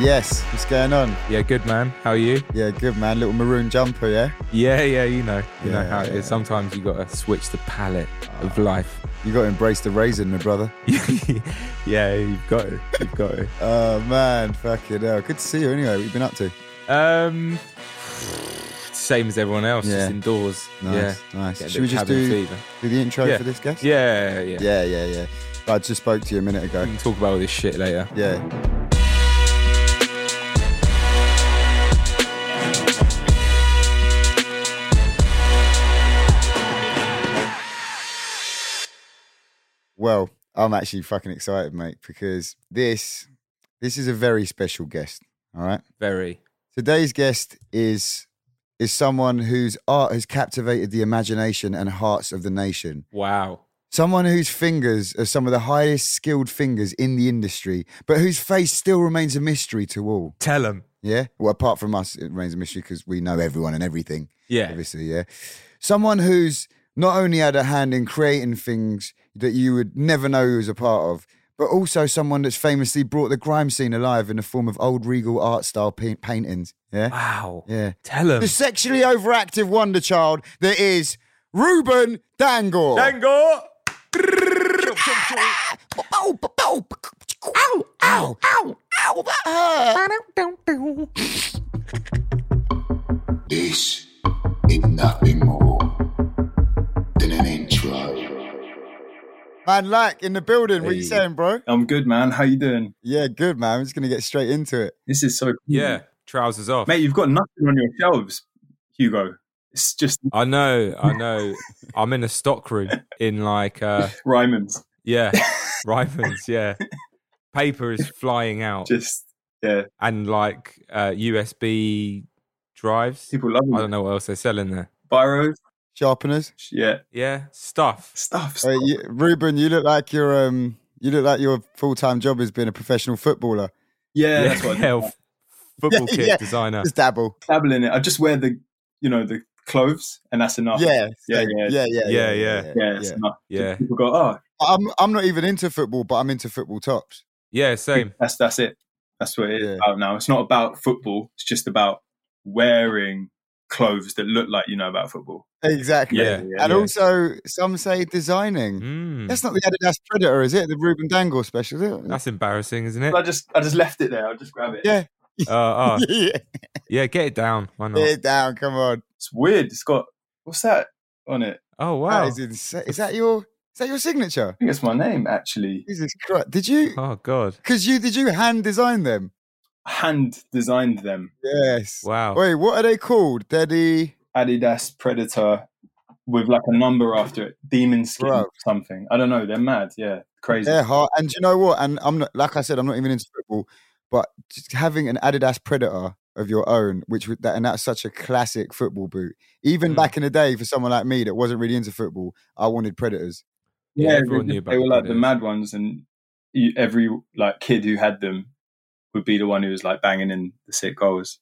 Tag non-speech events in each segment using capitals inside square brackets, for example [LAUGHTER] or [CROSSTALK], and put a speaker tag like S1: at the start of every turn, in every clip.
S1: Yes, what's going on?
S2: Yeah, good man. How are you?
S1: Yeah, good man. Little maroon jumper, yeah.
S2: Yeah, yeah, you know. You know
S1: Yeah,
S2: how it
S1: yeah. Ah.
S2: is. Sometimes you gotta switch the palette of life. [LAUGHS]
S1: You got to embrace the raisin, my brother.
S2: yeah, you've got it. You've got it.
S1: Oh man, fucking hell. Good to see you. Anyway, what you been up to?
S2: Um same as everyone else,
S1: Yeah.
S2: just indoors.
S1: Nice,
S2: yeah.
S1: nice.
S2: Get a bit
S1: Should we
S2: of
S1: just
S2: cabin
S1: do,
S2: fever.
S1: do the intro
S2: Yeah.
S1: for this guest?
S2: Yeah, yeah.
S1: yeah, yeah, yeah. I just spoke to you a minute ago.
S2: We can talk about all this shit later.
S1: Yeah. Well, I'm actually fucking excited, mate, because this this is a very special guest. All right.
S2: Very.
S1: Today's guest is is someone whose art has captivated the imagination and hearts of the nation.
S2: Wow.
S1: Someone whose fingers are some of the highest skilled fingers in the industry, but whose face still remains a mystery to all.
S2: Tell them.
S1: Yeah? Well, apart from us, it remains a mystery because we know everyone and everything,
S2: Yeah.
S1: obviously, yeah? Someone who's not only had a hand in creating things that you would never know he was a part of, but also someone that's famously brought the grime scene alive in the form of old regal art style pa- paintings. Yeah?
S2: Wow.
S1: Yeah.
S2: Tell them.
S1: The sexually overactive wonder child that is Ruben Dangor.
S2: Dango!
S1: Ow, ow, ow, ow, ow, ah.
S3: This is nothing more than an intro.
S1: Man, like in the building, what you saying, bro?
S4: I'm good, man. How you doing?
S1: Yeah, good, man. I'm just going to get straight into it.
S4: This is so cool.
S2: Yeah. Trousers off.
S4: mate. You've got nothing on your shelves, Hugo. It's just
S2: I know, I know. I'm in a stock room in like uh
S4: Ryman's.
S2: Yeah,
S4: [LAUGHS]
S2: Rifles. Yeah, paper is flying out,
S4: Just yeah,
S2: and like uh, USB drives.
S4: people love
S2: I
S4: them.
S2: don't know what else they're selling there.
S4: Biros,
S1: Sharpeners.
S4: yeah,
S2: Yeah, stuff.
S4: stuff.
S1: Hey, you, Ruben, you look like you're, um, you look like your full-time job has been a professional footballer.
S4: yeah, that's
S2: [LAUGHS]
S4: what I
S2: yeah,
S4: do.
S2: f- football
S1: Yeah,
S2: kit
S1: yeah.
S2: designer.
S1: Just dabble.
S4: Dabble in it. I just wear the, you know, the clothes, and that's enough.
S1: Yeah,
S4: Oh, yeah,
S1: yeah,
S4: yeah,
S1: yeah, yeah,
S2: Yeah,
S4: yeah, it's enough.
S2: Yeah,
S4: People go, oh,
S1: I'm, I'm not even into football, but I'm into football tops.
S2: yeah, same.
S4: [LAUGHS] that's that's it. That's what it is
S1: Yeah.
S4: about now. It's not about football. It's just about wearing clothes that look like you know about football.
S1: Exactly.
S2: Yeah,
S1: and
S4: yeah,
S2: yeah.
S1: also, some say designing.
S2: Mm,
S1: That's not the Adidas Predator, is it? The Ruben Dangle special, is it?
S2: that's embarrassing, isn't it?
S4: I just I just left it there. I'll just grab it.
S1: Yeah.
S2: Uh,
S4: [LAUGHS]
S2: uh,
S1: [LAUGHS] yeah.
S2: yeah, get it down. Why
S1: Get
S2: not?
S1: it down, come on.
S4: It's weird. It's got what's that on it?
S2: Oh
S1: That
S2: wow.
S1: is insane. Is that your is that your signature?
S4: I think it's my name actually.
S1: Jesus Christ. Did you
S2: Oh god.
S1: cause you did you hand design them?
S4: hand designed them.
S1: Yes.
S2: Wow.
S1: Wait, what are they called? They're the
S4: Adidas Predator with like a number after it, demon skin
S1: Bro.
S4: or something. I don't know. They're mad. Yeah, crazy.
S1: they're hard and do you know what? And I'm not like I said, I'm not even into football, but just having an Adidas Predator of your own, which would that and that's such a classic football boot. Even
S2: Mm.
S1: back in the day, for someone like me that wasn't really into football, I wanted Predators.
S2: Yeah,
S4: they
S2: everyone
S4: were-
S2: knew about
S4: they were
S2: the
S4: like the
S2: Predators.
S4: mad ones, and you, every like kid who had them would be the one who was like banging in the sick goals.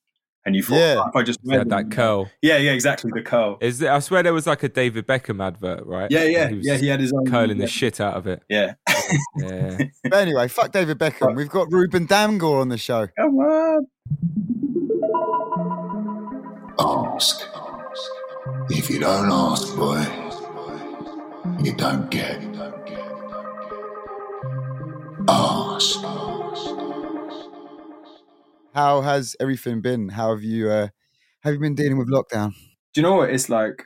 S4: and you thought,
S1: Yeah.
S4: "Oh, if I just
S2: He
S4: wear
S2: had
S4: them." [LAUGHS]
S2: that curl.
S4: Yeah, yeah, exactly. The curl.
S2: Is there, I swear there was like a David Beckham advert, right?
S4: yeah, yeah,
S2: He was
S4: yeah. He had his own
S2: curling
S4: yeah.
S2: the shit out of it.
S4: Yeah.
S2: Yeah.
S4: [LAUGHS]
S1: But anyway, fuck David Beckham. We've got Ruben Damgore on the show.
S4: Come on.
S3: Ask. If you don't ask, boy, you don't get. Ask.
S1: How has everything been? How have you? Uh, have you been dealing with lockdown?
S4: Do you know what? It's like,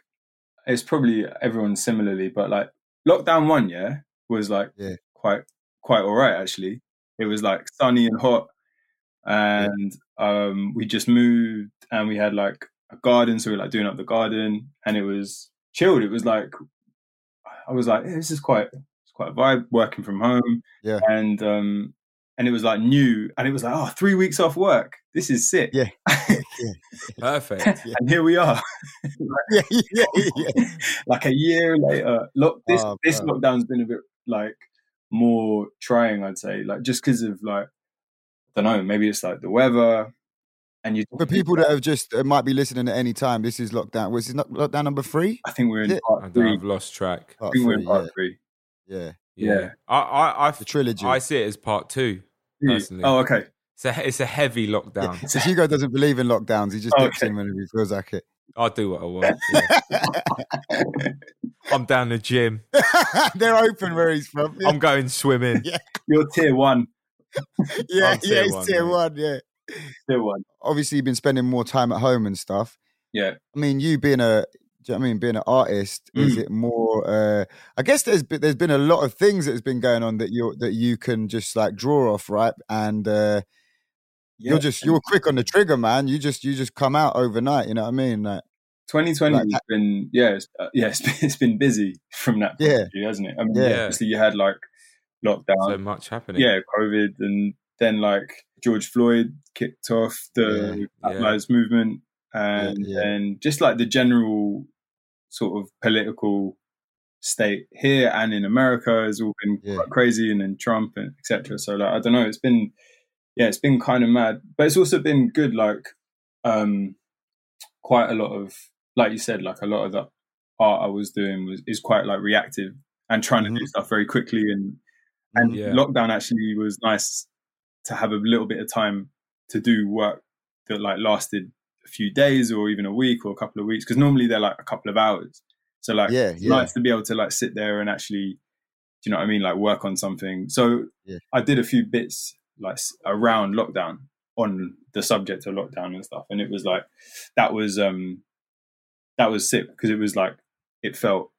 S4: it's probably everyone similarly, but like lockdown one, yeah, was like
S1: Yeah.
S4: quite, quite all right, actually. It was like sunny and hot. And um, we just moved and we had like a garden. So we were like doing up the garden and it was chilled. It was like, I was like, "Yeah, this is quite, it's quite a vibe working from home.
S1: Yeah.
S4: And, um, and it was like new and it was like, oh, three weeks off work. This is sick.
S1: Yeah.
S2: Perfect.
S4: [LAUGHS] And here we are.
S1: yeah, yeah,
S4: [LAUGHS]
S1: yeah.
S4: like a year later. Look, this
S1: Oh,
S4: this
S1: bro.
S4: lockdown's been a bit like more trying, I'd say. Like just because of like I don't know, maybe it's like the weather, and you.
S1: For people that have just uh, might be listening at any time, this is lockdown. Was this not lockdown number three?
S4: I think we're in
S1: Yeah. Oh,
S4: part
S2: And
S4: three.
S2: I've lost track.
S4: I
S1: Part
S4: think we're in
S1: three,
S4: part
S1: yeah,
S4: three.
S1: Oh, yeah.
S2: Yeah.
S4: Yeah.
S2: I, I, I,
S1: The trilogy.
S2: I see it as part two. Personally.
S4: Oh, okay.
S2: It's a, it's a heavy lockdown.
S1: So Hugo doesn't believe in lockdowns. He just dips
S4: Okay.
S1: in whenever he feels like it. [LAUGHS]
S2: I'll do what I want. yeah. I'm down the gym.
S1: They're open where he's from. Yeah,
S2: I'm going swimming.
S4: You're tier one.
S1: yeah,
S2: I'm tier
S1: [LAUGHS] yeah, he's
S2: one,
S1: tier
S2: mate.
S1: one. Yeah.
S4: Tier one.
S1: Obviously, you've been spending more time at home and stuff.
S4: Yeah.
S1: I mean, you being a, do you know what I mean, being an artist,
S4: Mm.
S1: is it more? Uh, I guess there's be- there's been a lot of things that's been going on that you that you can just like draw off, right? And uh,
S4: Yeah.
S1: you're just you're quick on the trigger, man. You just you just come out overnight. You know what I mean? Like,
S4: 2020
S1: Like
S4: has been yeah it's, uh, yeah it's been, [LAUGHS] it's been busy from that point
S1: Yeah.
S4: of view, hasn't it? I mean,
S1: Yeah.
S4: obviously you had like lockdown,
S2: So much happening.
S4: yeah, COVID, and then like George Floyd kicked off the
S2: Yeah,
S4: Black
S2: yeah.
S4: Lives Movement, and
S1: Yeah, yeah.
S4: then just like the general sort of political state here and in America has all been
S1: Yeah.
S4: quite crazy, and then Trump and etc. So like I don't know, it's been yeah, it's been kind of mad, but it's also been good. Like um, quite a lot of like you said, like a lot of the art I was doing was is quite like reactive and trying to do stuff very quickly and
S1: Mm.
S4: and
S2: Yeah.
S4: lockdown actually was nice to have a little bit of time to do work that like lasted a few days or even a week or a couple of weeks because normally they're like a couple of hours so like
S1: Yeah,
S4: it's
S1: yeah.
S4: nice to be able to like sit there and actually do you know what i mean like work on something so
S1: Yeah.
S4: i did a few bits like s- around lockdown on the subject of lockdown and stuff and it was like that was um that was sick because it was like it felt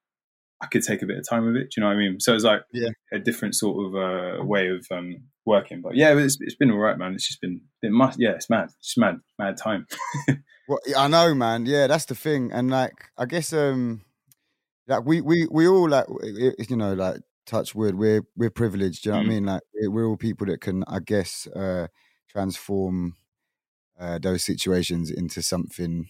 S4: i could take a bit of time with it do you know what i mean so it's like
S1: Yeah.
S4: a different sort of uh, way of um working but yeah it's, it's been all right man it's just been it must yeah it's mad it's mad mad time
S1: Well, I know, man. Yeah, that's the thing. And like, I guess, um, like we we we all like, i- i- you know, like touch wood. We're we're privileged. Do you know
S4: Mhm.
S1: what I mean? Like, we're, we're all people that can, I guess, uh, transform uh, those situations into something.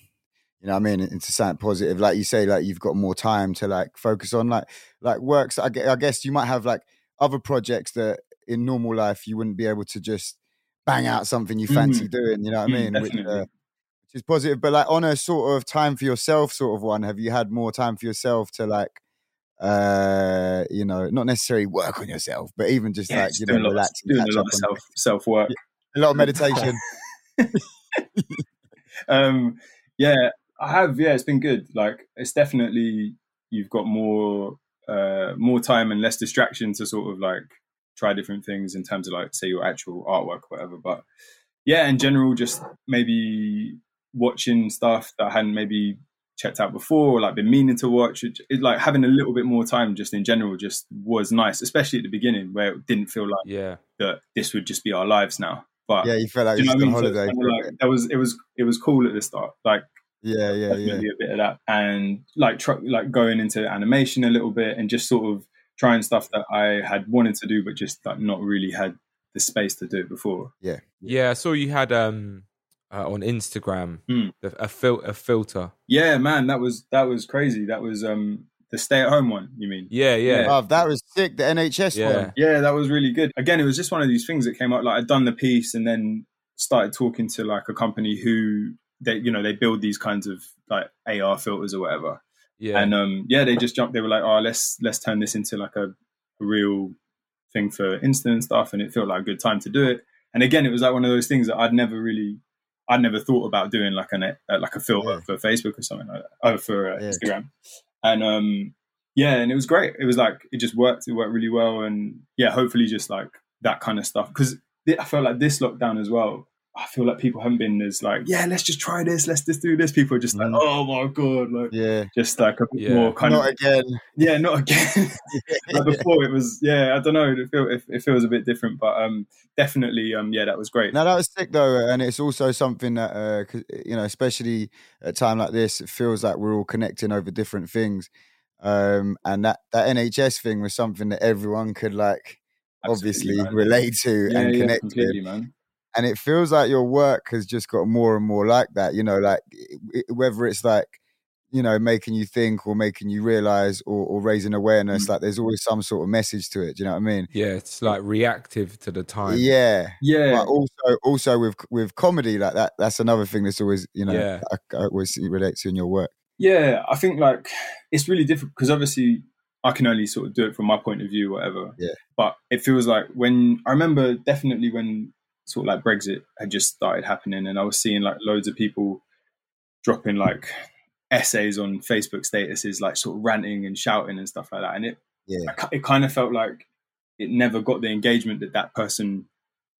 S1: You know what I mean? Into something positive. Like you say, like you've got more time to like focus on like like works. I gue- I guess you might have like other projects that in normal life you wouldn't be able to just bang out something you fancy doing. You know what I mean?
S4: Mm,
S1: Which,
S4: [LAUGHS]
S1: uh,
S4: definitely.
S1: which is positive. But like on a sort of time for yourself sort of one, have you had more time for yourself to like, uh, you know, not necessarily work on yourself, but even just
S4: yeah,
S1: like
S4: just
S1: you
S4: doing
S1: know,
S4: a lot, of,
S1: relax, and
S4: doing
S1: catch
S4: a lot
S1: up
S4: of
S1: on-
S4: self self work
S1: a
S4: [LAUGHS]
S1: lot of meditation.
S4: um yeah i have yeah it's been good like it's definitely you've got more uh more time and less distraction to sort of like try different things in terms of like say your actual artwork or whatever but yeah in general just maybe watching stuff that i hadn't maybe checked out before or like been meaning to watch it, it- like having a little bit more time just in general just was nice especially at the beginning where it didn't feel like
S2: Yeah.
S4: that this would just be our lives now but
S1: yeah, you felt like
S4: do
S1: you
S4: you know
S1: was on
S4: what I mean? So it's
S1: holiday.
S4: kinda
S1: for a
S4: like,
S1: bit.
S4: that was it was it was cool at the start. Like
S1: Yeah, yeah,
S4: [LAUGHS]
S1: yeah.
S4: definitely a bit of that, and like tr- like going into animation a little bit, and just sort of trying stuff that I had wanted to do, but just like not really had the space to do it before.
S2: Yeah. I saw you had um uh, on Instagram
S4: Hmm.
S2: the, a, fil- a filter.
S4: Yeah, man, that was that was crazy. That was um the stay at home one. You mean?
S2: Yeah. Yeah.
S1: Bruv, that was sick. The NHS
S2: Yeah.
S1: Oh, one.
S4: Yeah, that was really good. Again, it was just one of these things that came up. Like I'd done the piece and then started talking to like a company who they you know they build these kinds of like AR filters or whatever.
S2: Yeah.
S4: And um, yeah, they just jumped. They were like, "Oh, let's let's turn this into like a, a real thing for Insta and stuff." And it felt like a good time to do it. And again, it was like one of those things that I'd never really, I'd never thought about doing like an uh, like a filter
S1: Yeah.
S4: for Facebook or something like that, oh, for uh,
S1: Yeah.
S4: Instagram. And um, yeah, and it was great. It was like it just worked. It worked really well. And yeah, hopefully, just like that kind of stuff because I felt like this lockdown as well. I feel like people haven't been as like, yeah, let's just try this, let's just do this. People are just like,
S1: Mhm.
S4: oh my god, like
S1: Yeah.
S4: just like a bit
S2: Yeah.
S4: more kind
S1: Not
S4: of
S1: again.
S4: [LAUGHS] yeah, not again. [LAUGHS] like before it was yeah, I don't know. It, feel, it, it feels a bit different, but um, definitely um, yeah, that was great.
S1: Now that was sick though, and it's also something that uh, 'cause, you know, especially at a time like this, it feels like we're all connecting over different things. Um, and that that NHS thing was something that everyone could like
S4: Absolutely,
S1: obviously
S4: man.
S1: relate to
S4: yeah,
S1: and
S4: yeah,
S1: connect with
S4: completely, man.
S1: and it feels like your work has just got more and more like that you know like it- whether it's like you know making you think or making you realize or, or raising awareness
S4: Mm.
S1: like there's always some sort of message to it do you know what i mean
S2: yeah, it's like reactive to the time.
S1: yeah
S4: Yeah,
S1: but also also with with comedy like that that's another thing that's always you know
S2: Yeah.
S1: I, I always relate to in your work
S4: yeah. I think like it's really different because obviously I can only sort of do it from my point of view, whatever.
S1: Yeah.
S4: But it feels like when I remember definitely when sort of like Brexit had just started happening, and I was seeing like loads of people dropping like essays on Facebook statuses, like sort of ranting and shouting and stuff like that, and it
S1: yeah
S4: I ki- it kind of felt like it never got the engagement that that person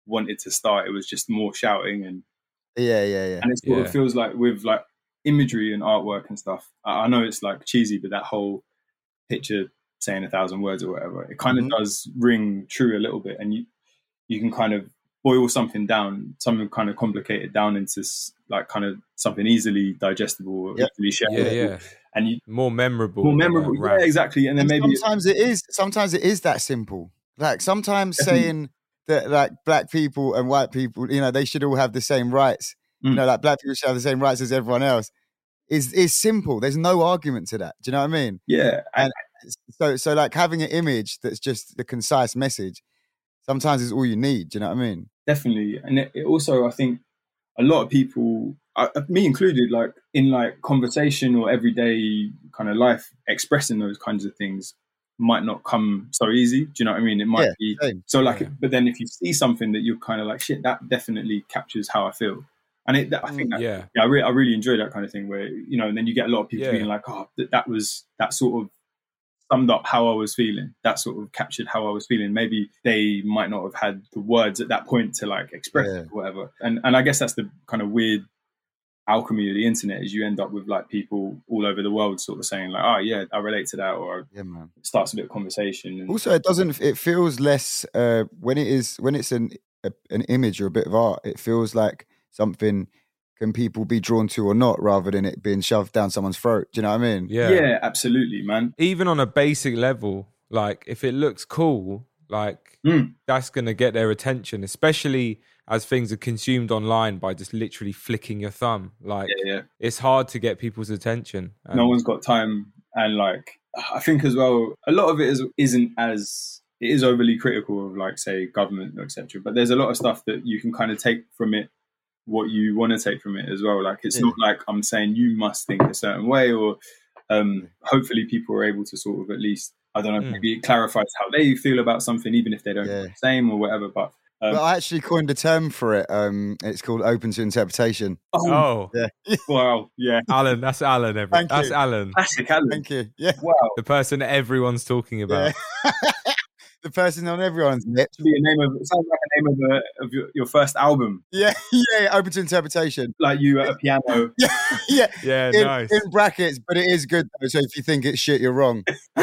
S4: wanted to start. It was just more shouting, and
S1: yeah yeah yeah
S4: and it sort
S2: Yeah.
S4: of feels like with like imagery and artwork and stuff. I, I know it's like cheesy, but that whole picture saying a thousand words or whatever, it kind
S1: Mhm.
S4: of does ring true a little bit, and you you can kind of boil something down, something kind of complicated down into s- like kind of something easily digestible, or
S1: Yeah.
S4: easily shareable,
S2: Yeah, yeah.
S4: and you.
S2: More memorable.
S4: More
S2: than a
S4: memorable,
S2: rap.
S4: yeah, exactly, and then
S1: And
S4: maybe
S1: sometimes it is sometimes it is that simple like sometimes
S4: Definitely.
S1: saying that like black people and white people you know they should all have the same rights you
S4: Mm.
S1: know like black people should have the same rights as everyone else is is simple there's no argument to that do you know what i mean
S4: yeah, and,
S1: so so like having an image that's just a concise message sometimes is all you need do you know what i mean
S4: definitely and it, it also i think a lot of people I, I- me included like in like conversation or everyday kind of life expressing those kinds of things might not come so easy do you know what i mean it might
S1: Yeah,
S4: be
S1: same.
S4: so like
S2: Yeah.
S4: but then if you see something that you're kind of like shit that definitely captures how i feel and it, that, i think that, yeah,
S2: Yeah.
S4: I, re- I really enjoy that kind of thing where you know and then you get a lot of people
S2: Yeah.
S4: being like oh that, that was that sort of summed up how I was feeling. That sort of captured how I was feeling. Maybe they might not have had the words at that point to like express
S1: Yeah.
S4: it or whatever. And and I guess that's the kind of weird alchemy of the internet is you end up with like people all over the world sort of saying like, oh yeah, I relate to that or
S1: yeah man
S4: it starts a bit of conversation. And,
S1: also it doesn't it feels less uh when it is when it's an a, an image or a bit of art it feels like something can people be drawn to or not rather than it being shoved down someone's throat do you know what i mean
S4: yeah.
S2: Yeah.
S4: absolutely, man.
S2: Even on a basic level, like if it looks cool, like
S4: Mm.
S2: that's going to get their attention, especially as things are consumed online by just literally flicking your thumb. Like
S4: Yeah, yeah.
S2: it's hard to get people's attention. And-
S1: Um,
S4: no one's got time and like i think as well a lot of it is, isn't as it is overly critical of like say government etc but there's a lot of stuff that you can kind of take from it what you want to take from it as well like it's
S1: Yeah.
S4: not like i'm saying you must think a certain way or um hopefully people are able to sort of at least i don't know
S2: Mm.
S4: maybe it clarifies how they feel about something even if they don't
S1: Yeah.
S4: feel the same or whatever but um,
S1: but i actually coined a term for it um it's called open to interpretation
S4: oh,
S2: Oh,
S4: [LAUGHS] wow yeah
S2: Alan, that's Alan. Every,
S1: Thank
S2: that's
S1: you.
S2: Alan,
S4: classic Alan.
S1: thank you yeah
S4: wow
S2: the person everyone's talking about.
S1: the person on everyone's lips
S4: to be a name of it sounds like a name of, a, of your, your first album
S1: yeah [LAUGHS] yeah open to interpretation
S4: like you at a piano.
S1: yeah
S2: Yeah,
S1: in,
S2: nice.
S1: in brackets but it is good though so if you think it's shit you're wrong
S2: [LAUGHS]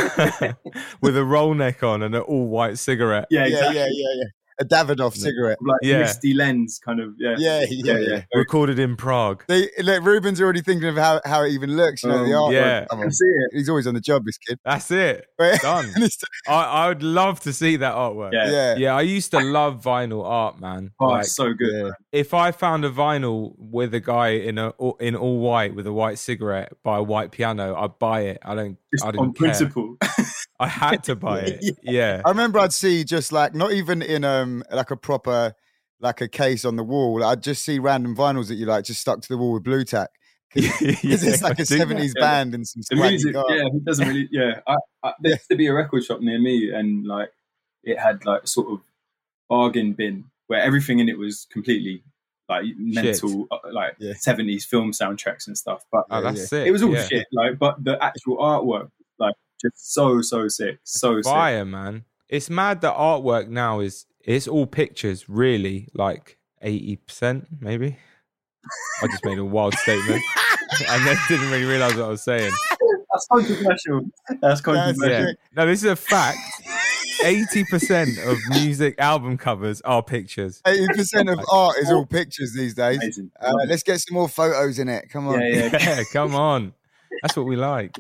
S2: With a roll neck on and an all white cigarette.
S4: Yeah,
S1: yeah
S4: exactly.
S1: yeah yeah yeah a davidoff cigarette
S4: Like
S2: Yeah.
S4: misty lens, kind of. Yeah,
S1: yeah [LAUGHS] yeah yeah
S2: Recorded in Prague.
S1: They like, Ruben's already thinking of how, how it even looks. You know, the
S4: Um,
S1: artwork.
S2: yeah.
S1: Come
S4: I
S1: on.
S4: can see it.
S1: He's always on the job, this kid. [LAUGHS]
S2: That's
S4: [LAUGHS]
S2: it.
S1: But-
S2: Done.
S1: and it's-
S2: I, I would love to see that artwork.
S4: Yeah.
S1: yeah,
S2: Yeah, I used to love vinyl art, man.
S4: Oh,
S2: like,
S4: it's so good.
S1: yeah.
S4: man.
S2: if I found a vinyl with a guy in a in all white with a white cigarette by a white piano, I'd buy it. I don't.
S4: Just
S2: I
S4: on
S2: didn't care. [LAUGHS]
S4: principle.
S2: I
S4: [LAUGHS]
S2: had to buy it. yeah.
S1: I remember I'd see just like not even in um like a proper like a case on the wall. Like, I'd just see random vinyls that you like just stuck to the wall with blue tack. [LAUGHS] Because it's like a seventies
S4: Yeah.
S1: band and some
S4: the
S1: swanky
S4: music,
S1: guy.
S4: yeah, it doesn't really. Yeah, I, I, there used to be a record shop near me, and like it had like a sort of bargain bin where everything in it was completely like mental, uh, like
S1: Yeah.
S4: seventies film soundtracks and stuff. But
S2: Oh, that's
S1: Yeah.
S2: sick.
S4: it was all
S2: yeah.
S4: shit. Like, but the actual artwork, like, just so so sick, so sick.
S2: Fire, man. It's mad that artwork now is it's all pictures, really, like eighty percent, maybe. I just made a wild
S4: [LAUGHS]
S2: statement. [LAUGHS] and then didn't really realise what I was saying.
S4: That's controversial. That's controversial.
S2: Yeah.
S1: Okay.
S2: No, this is a fact. Eighty percent of music album covers are pictures.
S1: Eighty percent
S4: [LAUGHS]
S1: of art is all pictures these days.
S4: Amazing.
S1: Uh, let's get some more photos in it. Come on,
S4: yeah, [LAUGHS] yeah.
S2: Yeah, come on. That's what we like.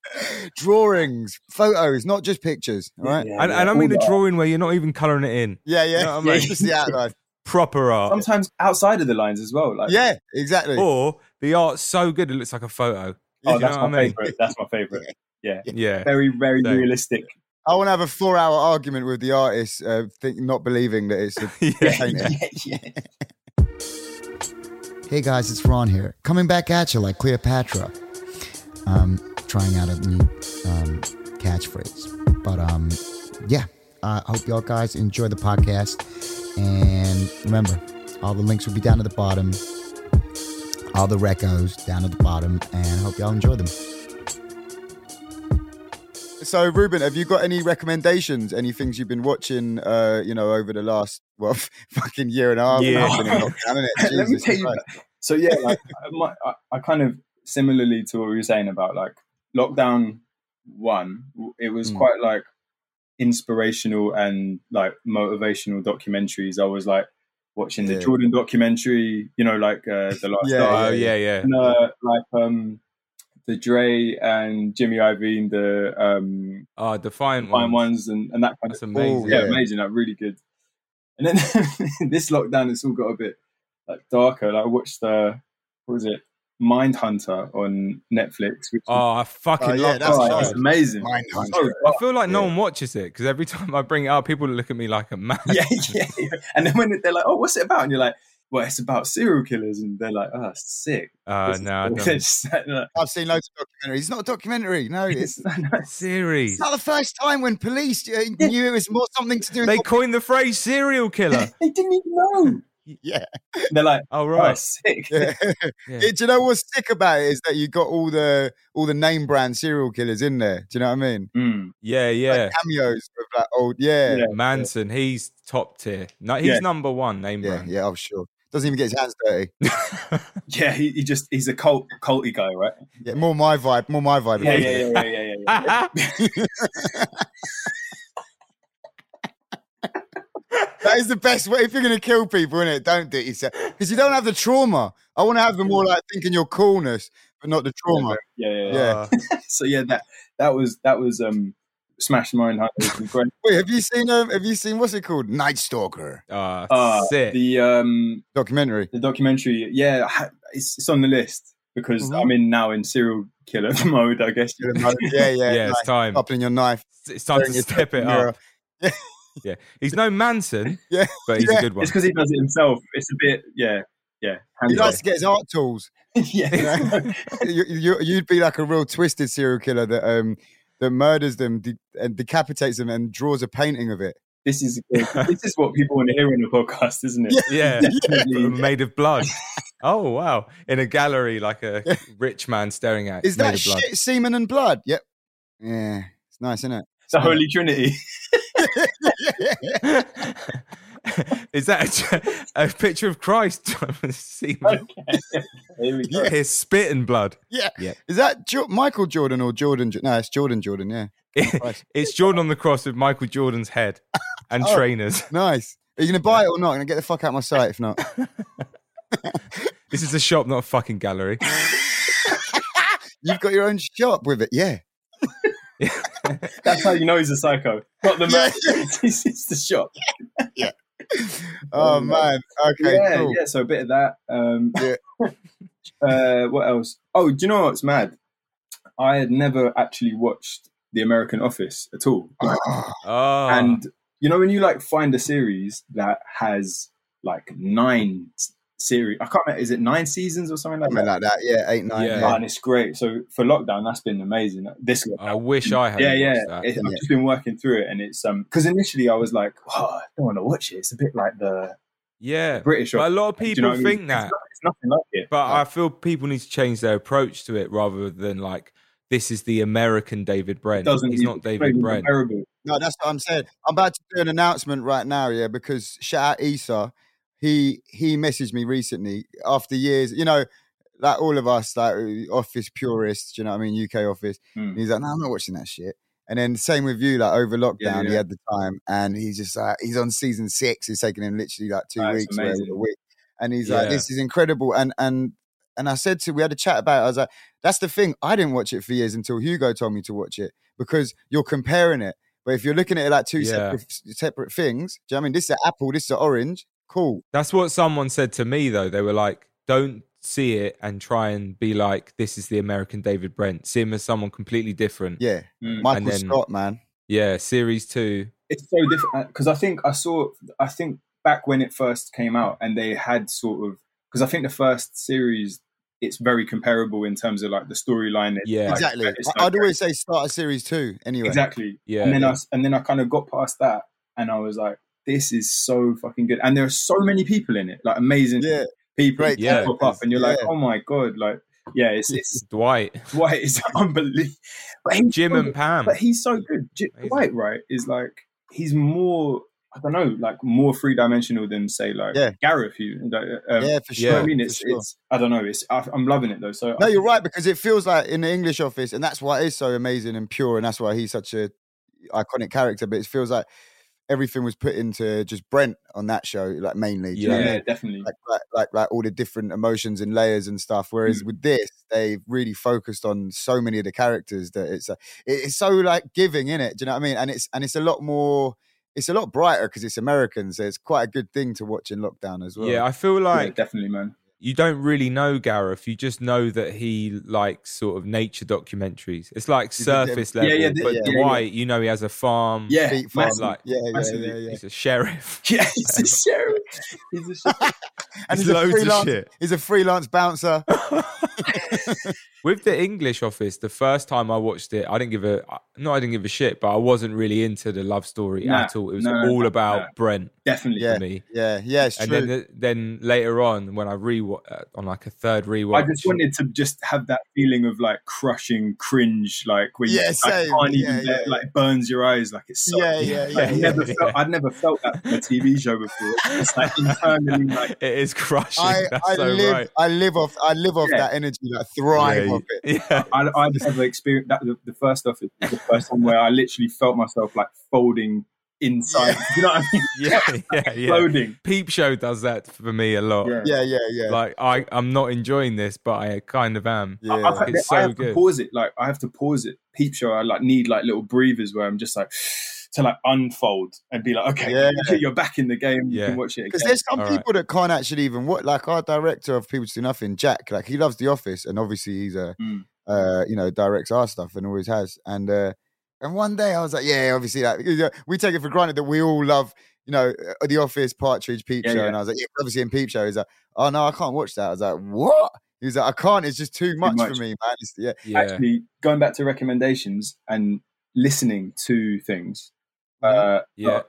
S1: [LAUGHS] drawings, photos, not just pictures. All right.
S4: Yeah,
S2: And,
S4: yeah.
S2: and I
S4: All
S2: mean a
S4: the art.
S2: drawing where you're not even colouring it in.
S1: Yeah, yeah.
S2: You know what I
S1: yeah
S2: mean?
S1: just
S4: [LAUGHS]
S1: the outline.
S2: Proper art.
S4: Sometimes outside of the lines as well. Like,
S1: Yeah, exactly.
S2: Or the art's so good it looks like a photo.
S4: oh,
S2: you know
S4: that's
S2: what I
S4: my
S2: mean?
S4: favorite. That's my favorite. Yeah,
S2: Yeah.
S4: very very
S2: Same.
S4: realistic.
S1: I want to have a four-hour argument with the artist, uh, think, not believing that it's a
S2: [LAUGHS] yeah.
S1: painting.
S4: yeah.
S1: [LAUGHS] Hey guys, it's Ron here. Coming back at you like Cleopatra. Um, trying out a new um, catchphrase. But um, yeah, I hope y'all guys enjoy the podcast. And remember, all the links will be down at the bottom. All the recos down at the bottom. And I hope y'all enjoy them. So, Ruben, have you got any recommendations? Any things you've been watching, uh, you know, over the last, well, [LAUGHS] fucking year and a half?
S2: Yeah.
S1: It's been in lockdown, isn't it?
S4: [LAUGHS] Let me
S1: Jesus
S4: tell you.
S1: Christ.
S4: So yeah, like, I- my, I, I kind of similarly to what we were saying about like lockdown one, w- it was
S2: Mm.
S4: quite like inspirational and like motivational documentaries. I was like watching the
S1: Yeah.
S4: Jordan documentary, you know, like uh, the last
S1: Yeah,
S4: Dance,
S2: Oh yeah, yeah.
S4: and, uh, like um, the Dre and Jimmy Iovine, the um,
S2: Oh, defiant
S4: fine
S2: ones.
S4: ones and, and that kind
S2: That's
S4: of
S2: amazing.
S4: yeah,
S1: Yeah.
S4: amazing, like really good. And then [LAUGHS] this lockdown, it's all got a bit like darker. Like I watched uh, what was it, Mind Hunter on Netflix, which
S2: Oh, I fucking
S1: Oh, yeah,
S2: love
S1: that's
S4: oh,
S2: that.
S1: fine.
S4: it's
S2: show.
S4: amazing. Oh,
S1: Mindhunter.
S4: So
S2: I feel like no
S1: Yeah.
S2: one watches it because every [LAUGHS] time I bring it up, people look at me like a man.
S4: [LAUGHS] yeah, yeah, yeah. And then when they're like, "Oh, what's it about?" and you're like, "Well, it's about serial killers," and they're like, "Oh, sick."
S2: Uh,
S4: This is
S2: no, I
S4: [LAUGHS] cool."
S2: don't.
S4: They're just like- like,
S1: I've seen loads of documentaries. It's not a documentary.
S2: [LAUGHS]
S1: No, it's,
S2: series.
S1: it's not the first time when police uh, knew it was more something to do with.
S2: They
S4: [LAUGHS]
S2: coined the phrase serial killer.
S4: [LAUGHS] they didn't even know.
S1: yeah.
S4: They're like,
S2: Oh,
S4: "Oh,
S2: right.
S4: sick." [LAUGHS]
S1: yeah.
S2: Yeah.
S1: Do you know what's sick about it is that you got all the all the name brand serial killers in there. Do you know what I mean?
S4: Mm.
S2: Yeah, yeah.
S1: Like cameos of like old, yeah, yeah,
S4: Yeah.
S2: Manson, he's top tier. No, he's
S4: Yeah.
S2: number one name
S1: yeah.
S2: brand.
S1: oh, sure. Doesn't even get his hands dirty.
S4: Yeah, he, he just he's a cult culty guy, right?
S1: Yeah, more my vibe. More my vibe.
S4: Yeah, yeah, yeah, yeah, yeah, yeah. yeah.
S2: [LAUGHS]
S1: That is the best way. If you're going to kill people, innit? Don't do it yourself because you don't have the trauma. I want to have them more like thinking you're coolness, but not the trauma.
S4: [LAUGHS] yeah, yeah, Uh. yeah.
S1: Yeah.
S4: So yeah, that that was that was um Smash Mine Hunter [LAUGHS] was great.
S1: Wait, have you seen? Um, have you seen what's it called? Night Stalker
S2: Uh,
S4: Uh,
S2: sick.
S4: the um
S1: documentary.
S4: the documentary, yeah, I ha- it's, it's on the list because I'm in now in serial killer [LAUGHS] mode, I guess.
S1: Yeah, yeah,
S4: [LAUGHS]
S2: yeah,
S1: yeah.
S2: it's time.
S1: Up in your knife.
S2: It's time to
S1: Throwing your
S2: step it
S1: mirror.
S2: up. Yeah, he's no Manson,
S1: Yeah.
S2: but he's
S1: Yeah.
S2: a good one.
S4: It's because he does it himself. It's a bit, yeah, yeah,
S1: He
S4: hands
S1: likes to get his art tools. [LAUGHS]
S4: off. [LAUGHS] yeah.
S1: You, you, you'd be like a real twisted serial killer that um that murders them de- and decapitates them and draws a painting of it.
S4: this is uh, [LAUGHS] this is what people want to hear in a podcast, isn't [LAUGHS] it?
S2: Yeah, [LAUGHS]
S4: Definitely.
S2: made of blood. Oh wow! In a gallery, like a rich man staring at.
S1: Is
S2: made
S1: that
S2: of blood.
S1: shit semen and blood? Yep. Yeah, it's nice, isn't it?
S4: It's the Holy [LAUGHS] Trinity.
S2: [LAUGHS] Is that a, [LAUGHS] a picture of Christ? [LAUGHS]
S4: Oh,
S2: Semen.
S4: [LAUGHS] Here we go.
S2: His spit and blood.
S1: Yeah.
S2: Yeah.
S1: Is that jo- Michael Jordan or Jordan? Jo- no, it's Jordan Jordan. Yeah.
S4: [LAUGHS]
S1: Christ.
S2: it's Jordan on the cross with Michael Jordan's head
S4: [LAUGHS]
S2: and
S1: Oh.
S2: trainers.
S1: Nice. Are you gonna buy it or not? Gonna get the fuck out of my sight if [LAUGHS] not.
S2: This is a shop, not a fucking gallery.
S1: You've got your own shop with it. Yeah.
S4: That's how you know he's a psycho. Not the man. [LAUGHS] He's it's the shop.
S1: Oh
S4: Um,
S1: man. [LAUGHS] Okay.
S4: yeah,
S1: cool.
S4: yeah. So a bit of that. Um,
S1: Yeah.
S4: [LAUGHS] uh, what else? Oh, do you know what's mad? I had never actually watched The American Office at all,
S2: Oh,
S4: and you know when you like find a series that has like nine s- series. I can't remember. Is it nine seasons or something
S1: [SIGHS]
S4: like
S1: Something
S4: that?
S1: like that. Yeah, eight, nine.
S2: Yeah.
S1: Yeah.
S4: Oh, and it's great. So for lockdown, that's been amazing. This
S2: I wish I had.
S4: yeah, yeah.
S2: watched That.
S4: It- I've
S1: Yeah.
S4: just been working through it, and it's um because initially I was like, oh, I don't want to watch it. It's a bit like the
S2: yeah.
S4: British.
S2: But a lot of
S4: Do you
S2: people
S4: know what I mean?
S2: think
S4: It's
S2: that.
S4: not- it's nothing like it.
S2: But I feel people need to change their approach to it rather than like this is the American David Brent. He's
S4: it's
S2: not David
S4: not
S2: Brent.
S4: comparable.
S1: No, that's what I'm saying. I'm about to do an announcement right now, yeah, because shout out Issa. He he messaged me recently after years, you know, like all of us, like uh, office purists, you know what I mean, UK office.
S4: Mm.
S1: And he's like, no, I'm not watching that shit. And then same with you, like over lockdown, he
S4: yeah.
S1: had the time, and he's just like, he's on season six. It's taken him literally like two
S4: That's
S1: weeks, where
S4: amazing.
S1: a week, and he's like,
S2: Yeah.
S1: this is incredible. And and and I said to, we had a chat about. it. I was like, that's the thing. I didn't watch it for years until Hugo told me to watch it because you're comparing it. But if you're looking at it like two
S2: Yeah.
S1: separate, separate things, do you know what I mean? This is an apple, this is an orange. Cool.
S2: That's what someone said to me though. They were like, "Don't see it and try and be like this is the American David Brent. See him as someone completely different."
S1: Yeah.
S4: Mm.
S1: Michael
S2: then-
S1: Scott, man.
S2: Yeah, series two.
S4: It's so different because I think I saw. I think back when it first came out, and they had sort of because I think the first series, it's very comparable in terms of like the storyline. It's
S2: Yeah.
S4: like-
S1: Exactly.
S4: it's
S1: I-
S4: like-
S1: I'd always say start a series two anyway.
S4: exactly.
S2: Yeah,
S4: and then I and then I kind of got past that, and I was like, "This is so fucking good." And there are so many people in it, like amazing
S1: Yeah.
S4: people
S1: Great
S4: yeah. pop up,
S1: characters,
S4: and you're like,
S1: yeah.
S4: "Oh my god!" Like, yeah, it's
S1: [LAUGHS]
S4: it's
S2: Dwight,
S4: Dwight is [LAUGHS] unbelievable. [LAUGHS] But he's
S2: Jim
S4: so,
S2: and Pam.
S4: but he's so good. J-
S2: Amazing.
S4: Dwight, right, is like he's more. I don't know, like more three dimensional than say like
S1: Yeah.
S4: Gareth. You, like, um,
S1: yeah, for
S4: you know what
S1: sure.
S4: I mean?
S1: for
S4: It's,
S1: sure.
S4: it's I don't know. It's I, I'm loving it though. So
S1: No, you're right because it feels like in the English office, and that's why it's so amazing and pure, and that's why he's such a iconic character. But it feels like everything was put into just Brent on that show, like mainly. do you know
S4: yeah,
S1: what I
S2: Yeah.
S1: mean?
S4: definitely.
S1: Like, like like like all the different emotions and layers and stuff. Whereas
S2: Mm.
S1: with this, they really focused on so many of the characters that it's uh, it- it's so like giving in it. Do you know what I mean? And it's and it's a lot more. It's a lot brighter because it's American, so it's quite a good thing to watch in lockdown as well.
S2: yeah, I feel
S4: yeah,
S2: like
S4: definitely, man.
S1: mm,
S2: you don't really know Gareth. You just know that he likes sort of nature documentaries. It's like
S1: He's a gem-
S2: surface
S4: Yeah,
S2: level.
S4: yeah,
S2: but
S1: yeah,
S4: yeah.
S2: Dwight, you know, he has a farm.
S4: Yeah,
S1: Feet farm,
S4: massive.
S2: like-
S1: yeah, yeah,
S4: massively.
S1: yeah, yeah.
S2: he's a
S4: [LAUGHS]
S2: sheriff. [LAUGHS]
S1: [LAUGHS]
S4: yeah, he's a sheriff. He's a sheriff.
S1: And
S2: It's
S1: he's a
S2: loads of
S1: freelance.
S2: shit.
S1: He's a freelance bouncer.
S2: With the English Office, the first time I watched it, I didn't give a no, I didn't give a shit, but I wasn't really into the love story
S4: Nah,
S2: at all. It was
S4: no, no,
S2: all
S4: no,
S2: about
S4: no.
S2: Brent
S4: Definitely.
S1: Yeah.
S2: for me.
S1: Yeah, yeah, it's
S2: And
S1: true.
S2: then, the, then later on, when I rewatch uh, on like a third rewatch,
S4: I just wanted to just have that feeling of like crushing cringe, like where you
S1: Yeah,
S4: like,
S1: same.
S4: can't
S1: Yeah,
S4: even bear-
S1: yeah.
S4: like burns your eyes, like it's so.
S2: [LAUGHS]
S1: yeah, yeah,
S4: Like,
S1: yeah.
S4: I
S2: yeah,
S4: never
S2: yeah.
S4: felt I'd never felt that from a TV show before. It's like internally like
S2: [LAUGHS] it is crushing.
S1: I,
S2: That's
S1: I
S2: so
S1: live
S2: right.
S1: I live off I live off
S4: Yeah.
S1: that energy, that thrive
S2: yeah,
S1: off it.
S2: [LAUGHS] yeah.
S4: I, I'd never experienced that. The, the first off is the first time where I literally felt myself like folding inside. [LAUGHS] You know what I mean?
S2: [LAUGHS] yeah, yeah, yeah.
S4: Folding.
S2: Peep Show does that for me a lot.
S4: Yeah.
S1: Yeah, yeah, yeah.
S2: Like I, I'm not enjoying this, but I kind of am.
S1: yeah.
S4: I- I've had-
S2: It's
S4: I have
S2: so
S4: to
S2: good.
S4: pause it. Like I have to pause it. Peep show. I like need like little breathers where I'm just like [SIGHS] to like unfold and be like, okay,
S1: Yeah.
S4: [LAUGHS] you're back in the game. You
S2: Yeah.
S4: can watch it
S1: because
S4: again.
S1: there's some
S2: All right.
S1: people that can't actually even what like our director of People to Do Nothing, Jack. Like he loves The Office, and obviously he's a
S4: Mm.
S1: uh, you know directs our stuff and always has. And uh, and one day I was like, yeah, obviously that you know, we take it for granted that we all love you know uh, The Office, Partridge, Peep
S4: Yeah,
S1: Show,
S4: yeah.
S1: and I was like, yeah, obviously in Peep Show. He's like, oh no, I can't watch that. I was like, what? He was like, I can't. It's just too much,
S4: much.
S1: for me, man. It's, yeah,
S2: Yeah,
S4: Actually, going back to recommendations and listening to things. Uh,
S1: Mm-hmm.
S2: yeah.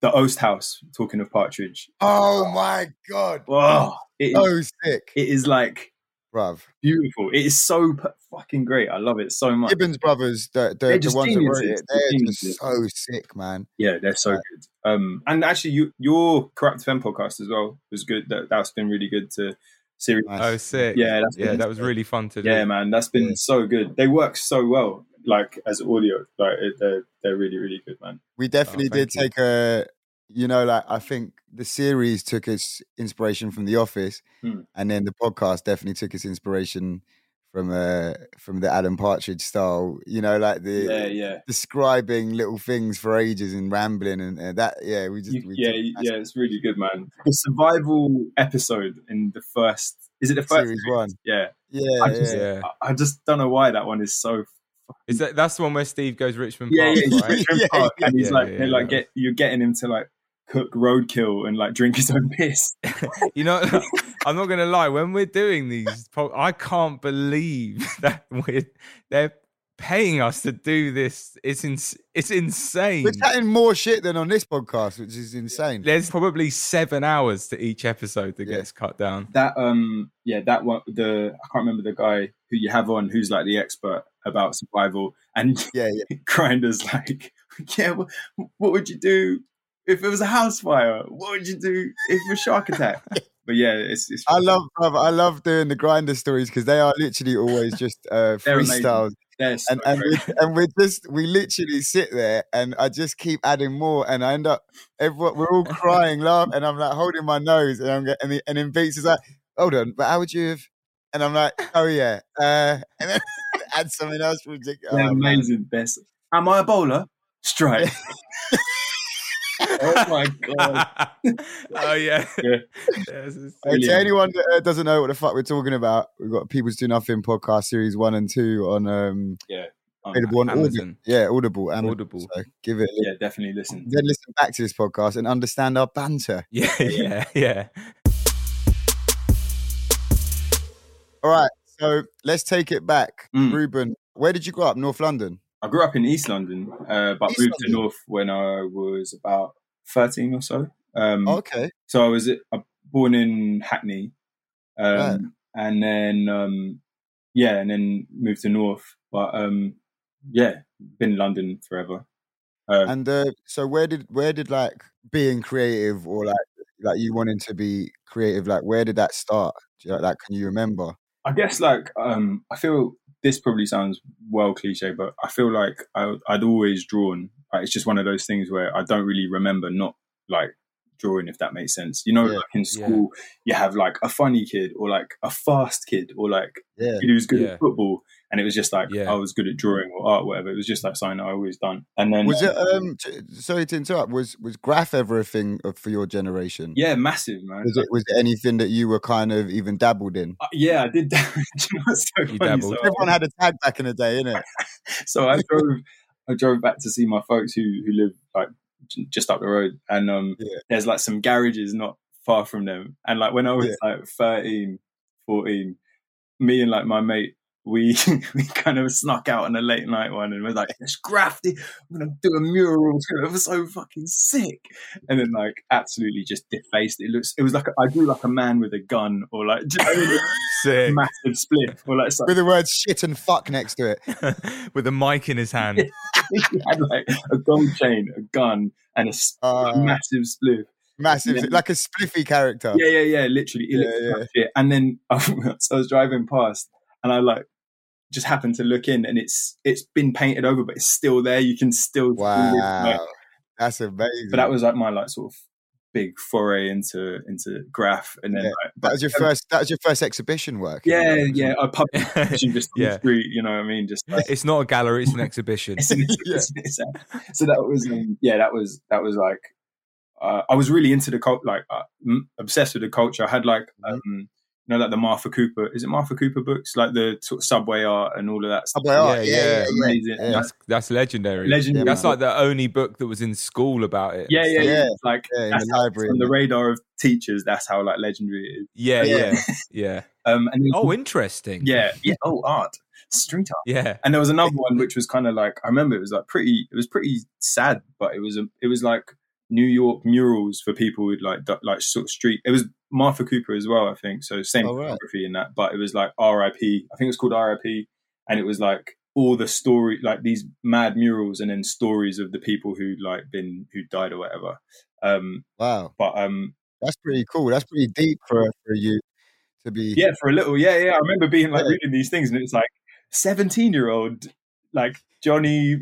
S4: the Oast House. Talking of Partridge.
S1: Oh my god.
S4: Oh, it is,
S1: Oh sick,
S4: it is like
S1: bruv.
S4: beautiful. It is so p- fucking great. I love it so much.
S1: Gibbons brothers, the,
S4: They're
S1: the, the
S4: just
S1: ones that wrote
S4: geniuses.
S1: it, they're
S4: They're
S1: just
S4: geniuses.
S1: so sick, man.
S4: Yeah, they're so
S1: Right.
S4: good. Um, and actually, you, your Corrupt Femme podcast as well was good. That that's been really good to series.
S1: Nice.
S2: Oh, sick.
S4: Yeah, that's
S2: yeah.
S4: been-
S2: That was really fun to do.
S4: Yeah, man, that's been
S1: Yeah.
S4: so good. They work so well, like as audio. Like it, they're they're really really good, man.
S1: We definitely did
S2: thank you.
S1: take a, you know, like I think the series took its inspiration from The Office,
S4: Hmm.
S1: and then the podcast definitely took its inspiration from uh from the Adam Partridge style. You know, like the
S4: Yeah, yeah,
S1: describing little things for ages and rambling and, and that. Yeah, we just
S4: You-
S1: we
S4: yeah,
S1: took-
S4: you-
S1: that's
S4: yeah. It's really good, man. The survival episode in the first is it the first
S1: Series one.
S4: Yeah,
S1: Yeah,
S4: I just-
S1: yeah.
S2: yeah.
S4: I, I just don't know why that one is so.
S2: Is that that's the one where Steve goes Richmond
S4: Yeah,
S2: Park,
S4: yeah,
S2: right?
S4: yeah,
S1: Yeah,
S4: and he's
S2: yeah,
S4: like,
S2: yeah,
S4: they're like
S2: yeah.
S4: get you're getting him to like cook roadkill and like drink his own piss.
S2: You
S4: [LAUGHS]
S2: know, [LAUGHS] I'm not gonna lie. When we're doing these, po- I can't believe [LAUGHS] that we're they're paying us to do this. It's ins- it's insane.
S1: We're chatting more shit than on this podcast, which is insane.
S2: There's probably seven hours to each episode that
S1: Yeah.
S2: gets cut down.
S4: That um yeah, that one the I can't remember the guy who you have on who's like the expert about survival and [LAUGHS]
S1: Yeah, yeah.
S4: grinders like [LAUGHS] yeah what, what would you do if it was a house fire what would you do if it was
S1: [LAUGHS]
S4: shark attack but yeah it's, it's
S1: I love, brother, I love doing the grinder stories because they are literally always just uh,
S4: [LAUGHS] They're amazing.
S1: freestyles.
S4: this
S1: and and we, and we just we literally sit there and I just keep adding more and I end up everyone we're all crying laugh and I'm like holding my nose and I'm get, and, the, and then Beats is like hold on but how would you have and I'm like oh yeah uh, [LAUGHS] and then add something else ridiculous
S4: they're
S1: Oh, man.
S4: amazing best am i a bowler
S1: [LAUGHS]
S4: strike oh my god
S2: [LAUGHS] oh yeah.
S4: [LAUGHS] Yeah.
S2: Yes, it's-
S1: Uh, to
S4: Brilliant.
S1: anyone that uh, doesn't know what the fuck we're talking about, we've got People's Do Nothing podcast series one and two on um,
S4: [LAUGHS] Um,
S1: available on Audible.
S2: Amazon.
S1: Yeah, Audible. Amazon.
S2: Audible.
S1: So give it. A
S4: yeah definitely listen
S1: Then listen back to this podcast and understand our banter.
S2: Yeah, yeah, [LAUGHS] yeah.
S1: All right, so let's take it back,
S4: Mm.
S1: Ruben. Where did you grow up? North London.
S4: i grew up in east london uh, but
S1: East
S4: moved to
S1: London?
S4: north when i was about 13 or so um
S1: Oh, Okay.
S4: So I was uh, born in Hackney, um,
S1: Right.
S4: and then um, yeah, and then moved to North. But um, yeah, been in London forever. Um,
S1: And uh, so where did where did like being creative or like like you wanting to be creative? Like where did that start? Do you, like can you remember?
S4: I guess like um, I feel this probably sounds well cliche, but I feel like I, I'd always drawn. Like, it's just one of those things where I don't really remember not like drawing, if that makes sense. You know,
S1: Yeah.
S4: like in
S2: Yeah.
S4: school, you have like a funny kid or like a fast kid or like
S1: Yeah.
S4: kid who was good
S2: Yeah.
S4: at football, and it was just like
S2: Yeah.
S4: I was good at drawing or art, whatever. It was just like something I always done. And then
S1: Was it um? t- Sorry to interrupt. Was was graph ever a thing of- for your generation?
S4: yeah, massive man.
S1: Was it was it anything that you were kind of even dabbled in?
S4: Uh, yeah, I did. [LAUGHS] that. You know, it's so
S2: You
S4: funny.
S2: dabbled.
S4: So-
S1: Everyone had a tag back in the day,
S4: [LAUGHS]
S1: innit?
S4: so I drove I drove back to see my folks who who live like j- just up the road, and um,
S1: Yeah.
S4: there's like some garages not far from them, and like when I was like 13, 14, me and like my mate. We [LAUGHS] we kind of snuck out on a late night one and was like, "It's grafty. I'm gonna do a mural. It's gonna- It was so fucking sick." And then like absolutely just defaced. It looks. It was like a, I drew like a man with a gun or like [LAUGHS] do you know what I
S2: Sick.
S4: mean? massive split or like something.
S1: With the word shit and fuck next to it.
S2: [LAUGHS] With a mic in his
S4: [LAUGHS]
S2: hand.
S4: he had like a gold chain, a gun, and a s-
S1: Uh,
S4: a massive spliff.
S1: Massive,
S4: Yeah.
S1: like a spliffy character.
S4: Yeah, yeah, yeah. Literally, it
S1: Yeah,
S4: looked
S1: yeah.
S4: like shit. And then [LAUGHS] so I was driving past, and I like just happened to look in, and it's it's been painted over, but it's still there. You can still see it, like-
S1: Wow. That's amazing.
S4: but that was like my like sort of big foray into into graph, and then
S1: Yeah.
S4: like,
S1: That was your first. That was your first exhibition work.
S4: yeah, yeah.
S1: [LAUGHS]
S4: I published just on
S2: Yeah.
S4: the street. You know what I mean? Just like,
S2: It's not a gallery,
S4: [LAUGHS]
S2: it's an exhibition.
S1: [LAUGHS]
S4: It's an exhibition, exactly. so that was um, yeah that was that was like uh, i was really into the cult like uh, m- obsessed with the culture i had like
S1: Mm-hmm.
S4: um, you know like the martha cooper is it martha cooper books like the sort of subway art and all of that stuff
S1: Subway art,
S2: Yeah,
S1: yeah, yeah, yeah,
S4: amazing
S1: yeah.
S2: That's that's legendary.
S4: legendary
S2: That's like the only book that was in school about it.
S4: yeah yeah yeah,
S1: Yeah.
S4: like
S1: Yeah, in
S4: that's
S1: the
S4: how-
S1: library,
S4: on the
S1: yeah.
S4: radar of teachers that's how like legendary it is
S2: yeah,
S1: Yeah.
S2: yeah,
S4: [LAUGHS]
S2: yeah.
S4: um and
S2: Oh, interesting.
S4: yeah yeah oh art street art
S2: yeah.
S4: [LAUGHS] and there was another one which was kind of like I remember it was like pretty it was pretty sad, but it was a it was like New York murals for people with like du- like sort of street. It was Martha Cooper as well, I think. So same
S1: Oh, right.
S4: photography in that, but it was like R.I.P. I think it was called R.I.P. And it was like all the story like these mad murals and then stories of the people who like been who died or whatever. Um,
S1: Wow,
S4: but um,
S1: that's pretty cool. That's pretty deep for for you to be.
S4: yeah, for a little, yeah, yeah. I remember being like
S1: Yeah.
S4: reading these things, and it's like seventeen-year-old, like Johnny,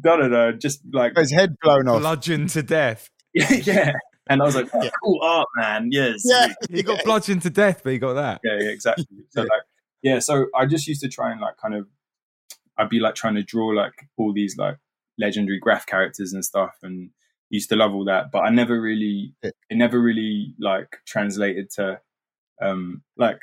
S4: da da da, just like
S1: Got His head blown off.
S2: Bludgeoned to death.
S1: [LAUGHS]
S4: yeah. And I was like, oh,
S1: Yeah.
S4: cool art, man. Yes.
S1: Yeah.
S2: He
S4: [LAUGHS]
S2: got bludgeoned to death, but he got that.
S4: Yeah, yeah, exactly. So
S1: Yeah.
S4: like, yeah. So I just used to try and like kind of, I'd be like trying to draw like all these like legendary graph characters and stuff, and used to love all that. But I never really,
S1: Yeah.
S4: it never really like translated to, um, like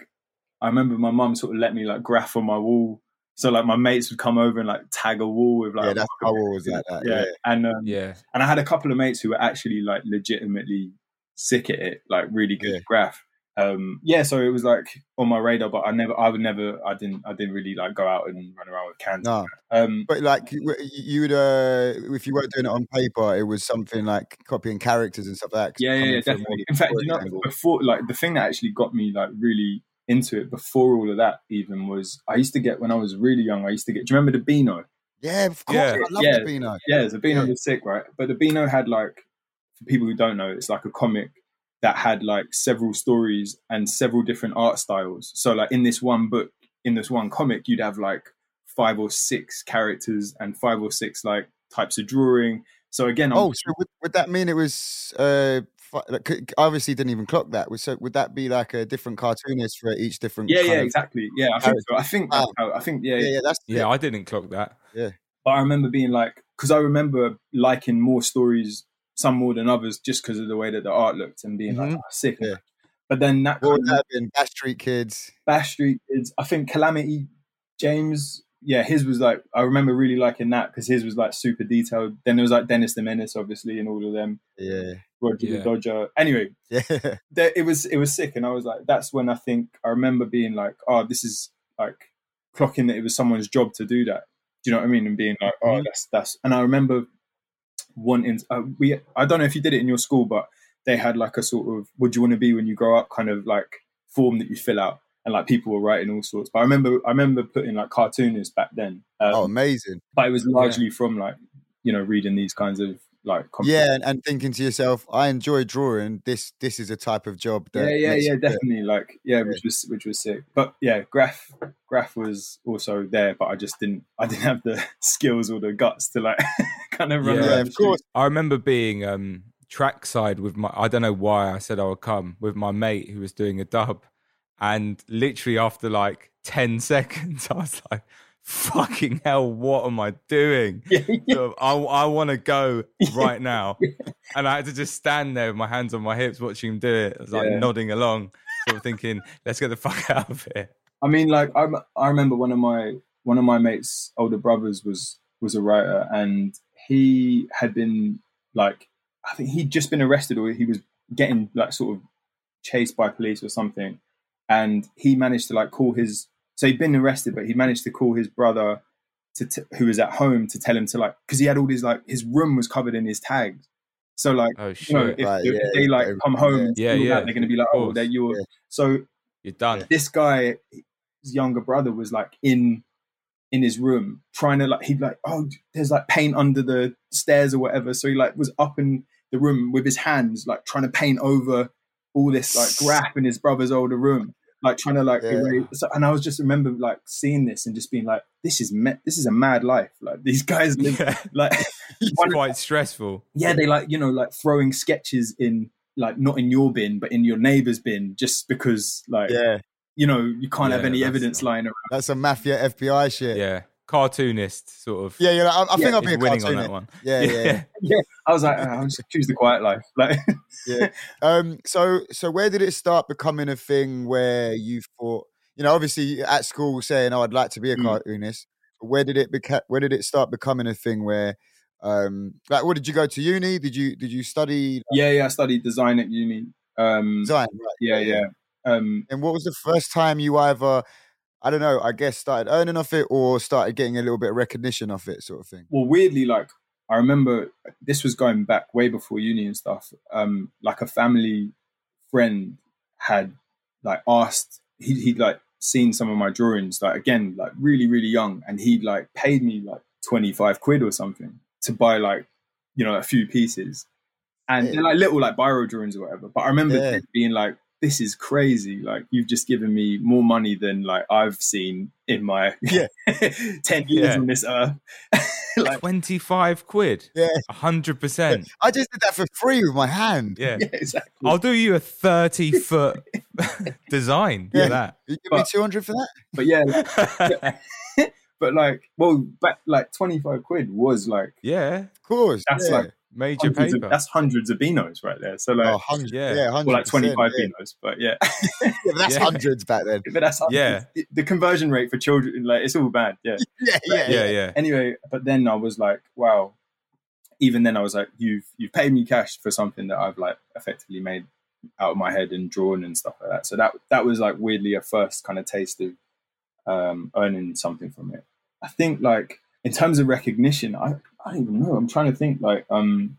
S4: I remember my mum sort of let me like graph on my wall So like my mates would come over and like tag a wall with like
S1: yeah,
S4: [LAUGHS]
S1: that's how always like that. Yeah.
S4: and um,
S2: Yeah.
S4: and I had a couple of mates who were actually like legitimately sick at it, like really good
S1: Yeah.
S4: at graph. Um, yeah, so it was like on my radar, but I never, I would never, I didn't, I didn't really like go out and run around with cans.
S1: No,
S4: Um,
S1: but like you you would, uh, if you weren't doing it on paper, it was something like copying characters and stuff like that.
S4: yeah, yeah,
S1: coming
S4: yeah,
S1: from a
S4: definitely.
S1: more
S4: In fact, you
S1: story
S4: know,
S1: angle.
S4: before like the thing that actually got me like really into it before all of that even was I used to get when I was really young. I used to get. Do you remember the Beano?
S1: yeah, of course,
S2: Yeah.
S1: I love
S4: Yeah.
S1: the Beano.
S4: Yeah, the Beano
S1: Yeah.
S4: was sick, right? But the Beano had like, for people who don't know, it's like a comic that had like several stories and several different art styles. So like in this one book, in this one comic, you'd have like five or six characters and five or six like types of drawing. So again, I'm-
S1: Oh, so would, would that mean it was? Uh, fi- like, c- obviously, didn't even clock that. Was- So would that be like a different cartoonist for each different?
S4: yeah,
S1: kind
S4: yeah,
S1: of-
S4: exactly. Yeah, I think so. I think that's how, I think yeah,
S1: yeah, yeah. That's
S2: Yeah, I didn't clock that.
S4: but I remember being like, because I remember liking more stories, some more than others, just because of the way that the art looked and being like
S1: Mhm.
S4: "Ah, sick.
S1: Yeah.
S4: But then that
S1: What
S4: kind
S1: would that have been? Bass Street Kids.
S4: Bash Street is, I think Calamity James, yeah, his was like, I remember really liking that because his was like super detailed. Then there was like Dennis the Menace, obviously, and all of them,
S1: Yeah, [LAUGHS]
S4: Roger
S2: Yeah.
S4: the Dodger. Anyway,
S1: yeah.
S4: there, it was it was sick, and I was like, that's when I think I remember being like, oh, this is like clocking that it was someone's job to do that. Do you know what I mean? And being like, oh,
S1: Mm-hmm.
S4: that's that's. And I remember wanting uh, we. I don't know if you did it in your school, but they had like a sort of "What do you want to be when you grow up?" kind of like form that you fill out, and like people were writing all sorts. But I remember I remember putting like cartoonists back then, um,
S1: Oh, amazing.
S4: but it was largely from like you know reading these kinds of like comic
S1: Yeah, and, and thinking to yourself, I enjoy drawing. This this is a type of job that
S4: yeah, yeah,
S1: makes
S4: yeah,
S1: you better.
S4: definitely. Like, yeah, which was which was sick. But yeah, Graph Graph was also there, but I just didn't I didn't have the [LAUGHS] skills or the guts to like [LAUGHS] kind of run.
S2: Yeah,
S4: around
S1: Yeah,
S4: the
S1: of
S4: street.
S1: course.
S2: I remember being um, trackside with my, I don't know why I said I would come, with my mate who was doing a dub. And literally after like 10 [LAUGHS] seconds, I was like, fucking hell, what am I doing? So I, I want to go right now. And I had to just stand there with my hands on my hips watching him do it. I was like
S4: Yeah.
S2: nodding along, sort of thinking, let's get the fuck [LAUGHS] out of here.
S4: I mean, like I I remember one of my one of my mates' older brothers was was a writer, and he had been like I think he'd just been arrested or he was getting like sort of chased by police or something, and he managed to like call his so he'd been arrested, but he managed to call his brother to t- who was at home to tell him to like because he had all these like his room was covered in his tags, so like
S2: Oh,
S4: you know,
S2: shit.
S4: if,
S1: Right,
S4: if
S1: yeah,
S4: they like
S1: yeah,
S4: come home, and
S2: yeah.
S4: steal
S2: Yeah,
S4: that,
S2: yeah,
S4: they're gonna be like,
S2: of
S4: oh,
S2: course.
S4: they're yours.
S1: Yeah.
S4: So
S2: You're done.
S4: this guy his younger brother was like in in his room trying to like he'd like oh there's like paint under the stairs or whatever so he like was up in the room with his hands like trying to paint over all this like graph in his brother's older room like trying to like
S1: Yeah.
S4: erase. So, and i was just remember like seeing this and just being like this is me- this is a mad life like these guys
S2: [LAUGHS]
S4: live [LAUGHS]
S2: Yeah,
S4: like
S2: it's quite stressful.
S4: yeah, they like you know like throwing sketches in like not in your bin but in your neighbor's bin just because like
S1: Yeah,
S4: you know you can't have
S2: Yeah,
S4: any
S2: that's
S4: evidence
S2: not-
S4: lying around.
S1: that's some mafia FBI shit.
S2: Yeah. Cartoonist, sort of.
S1: yeah, you're like, I, I think I'll
S2: is
S1: be a eh?
S2: winning on that
S1: cartoonist.
S2: one.
S1: Yeah, yeah. yeah.
S4: I
S2: [LAUGHS]
S4: was like, "Ah, I'll just choose the quiet life. Like, [LAUGHS]
S1: Um, so so where did it start becoming a thing where you thought, you know, obviously at school saying, "Oh, I'd like to be a
S4: Mm.
S1: cartoonist," but where did it beca- where did it start becoming a thing where, um, like, what did you go to uni? Did you did you study
S4: yeah, yeah. I studied design at uni. Um,
S1: design? Right.
S4: yeah, yeah. Um,
S1: And what was the first time you either, I don't know, I guess started earning off it or started getting a little bit of recognition off it, sort of thing?
S4: well, weirdly, like I remember this was going back way before uni and stuff. Um, like a family friend had like asked he he'd like seen some of my drawings like again like really really young and he'd like paid me like 25 quid or something to buy like you know a few pieces and
S1: Yeah.
S4: they're like little like biro drawings or whatever but i remember
S1: Yeah.
S4: being like this is crazy like you've just given me more money than like i've seen in my [LAUGHS]
S1: Yeah.
S4: 10 years
S2: Yeah.
S4: on this earth
S2: [LAUGHS]
S4: like
S2: 25 quid.
S1: Yeah.
S2: 100%.
S1: I just did that for free with my hand.
S2: Yeah.
S4: [LAUGHS] yeah, exactly
S2: I'll do you a 30 foot [LAUGHS] design for
S1: Yeah.
S2: that.
S1: You give me
S4: But-
S1: 200 for that?
S4: but yeah like, but like well back like 25 quid was like
S2: yeah.
S1: Of course.
S4: That's
S1: yeah.
S4: like
S2: Major
S4: hundreds
S2: paper.
S4: of, that's hundreds of beanos right there. So like,
S1: Oh, hundred,
S2: Yeah.
S1: yeah,
S4: well,
S1: 100%,
S4: like 25
S1: yeah.
S4: beanos, but yeah,
S1: [LAUGHS]
S4: [LAUGHS]
S1: Yeah, but that's
S2: Yeah.
S1: hundreds back then.
S4: but that's
S2: Yeah.
S4: the, the conversion rate for children, like it's all bad. [LAUGHS] Yeah.
S1: Yeah, yeah,
S2: yeah, yeah.
S4: Anyway, but then I was like, wow. Even then, I was like, you've you've paid me cash for something that I've like effectively made out of my head and drawn and stuff like that. So that that was like weirdly a first kind of taste of um, earning something from it. I think like in terms of recognition, I I don't even know. I'm trying to think like um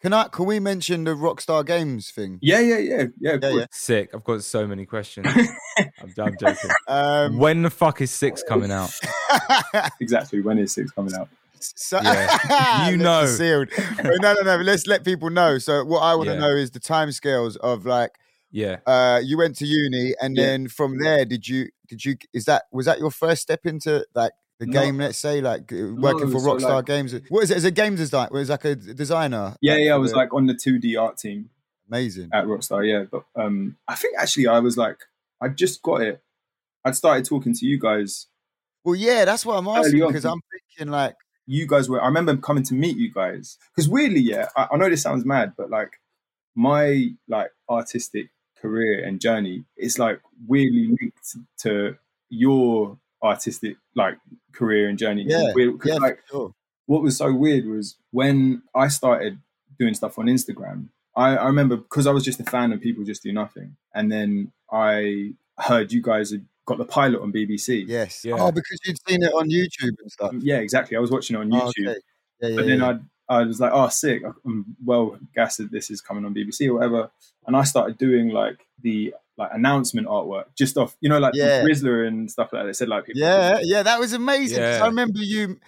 S1: Can I? Can we mention the Rockstar Games thing?
S4: yeah yeah yeah yeah of
S1: Yeah,
S4: course.
S2: Sick. I've got so many questions. I'm, I'm joking.
S1: Um,
S2: when the fuck is six coming out?
S4: exactly when is six coming out?
S1: so, [LAUGHS]
S2: Yeah. You
S1: Lips
S2: know.
S1: are sealed. But no, no, no. but Let's let people know. So what I want to
S2: Yeah.
S1: know is the timescales of like
S2: Yeah.
S1: uh, you went to uni, and
S4: Yeah.
S1: then from there, did you? Did you? Is that was that your first step into like? The
S4: No.
S1: game, let's say, like uh, working for
S4: so,
S1: Rockstar
S4: like-
S1: Games. What is it? As a game designer, was like a designer.
S4: Yeah yeah I
S1: for
S4: was
S1: the-
S4: like on the 2D art team
S1: amazing.
S4: at Rockstar, yeah. But um, I think actually I was like, I just got it. I'd started talking to you guys.
S1: Well, yeah, that's what I'm
S4: Early
S1: asking
S4: on.
S1: because I'm thinking like,
S4: You guys were. I remember coming to meet you guys because weirdly, yeah. I, I know this sounds mad, but like my like artistic career and journey is like weirdly linked to your artistic like career and journey.
S1: Yeah,
S4: Weird- 'cause,
S1: yeah,
S4: like,
S1: for sure.
S4: what was so weird was when I started doing stuff on Instagram, I, I remember because I was just a fan of people just do nothing. And then I heard you guys had got the pilot on BBC.
S1: yes.
S2: Yeah.
S1: Oh, because you'd seen it on YouTube and stuff.
S4: Yeah, exactly. I was watching it on YouTube.
S1: Oh, okay. Yeah, yeah,
S4: But then
S1: yeah.
S4: I I was like, oh, sick. I'm well gassed that this is coming on BBC or whatever. And I started doing like the like announcement artwork just off, you know, like
S1: Yeah.
S4: the Rizzler and stuff like that. They said like, people-
S1: yeah, yeah, that was amazing. 'cause
S2: Yeah.
S1: I remember you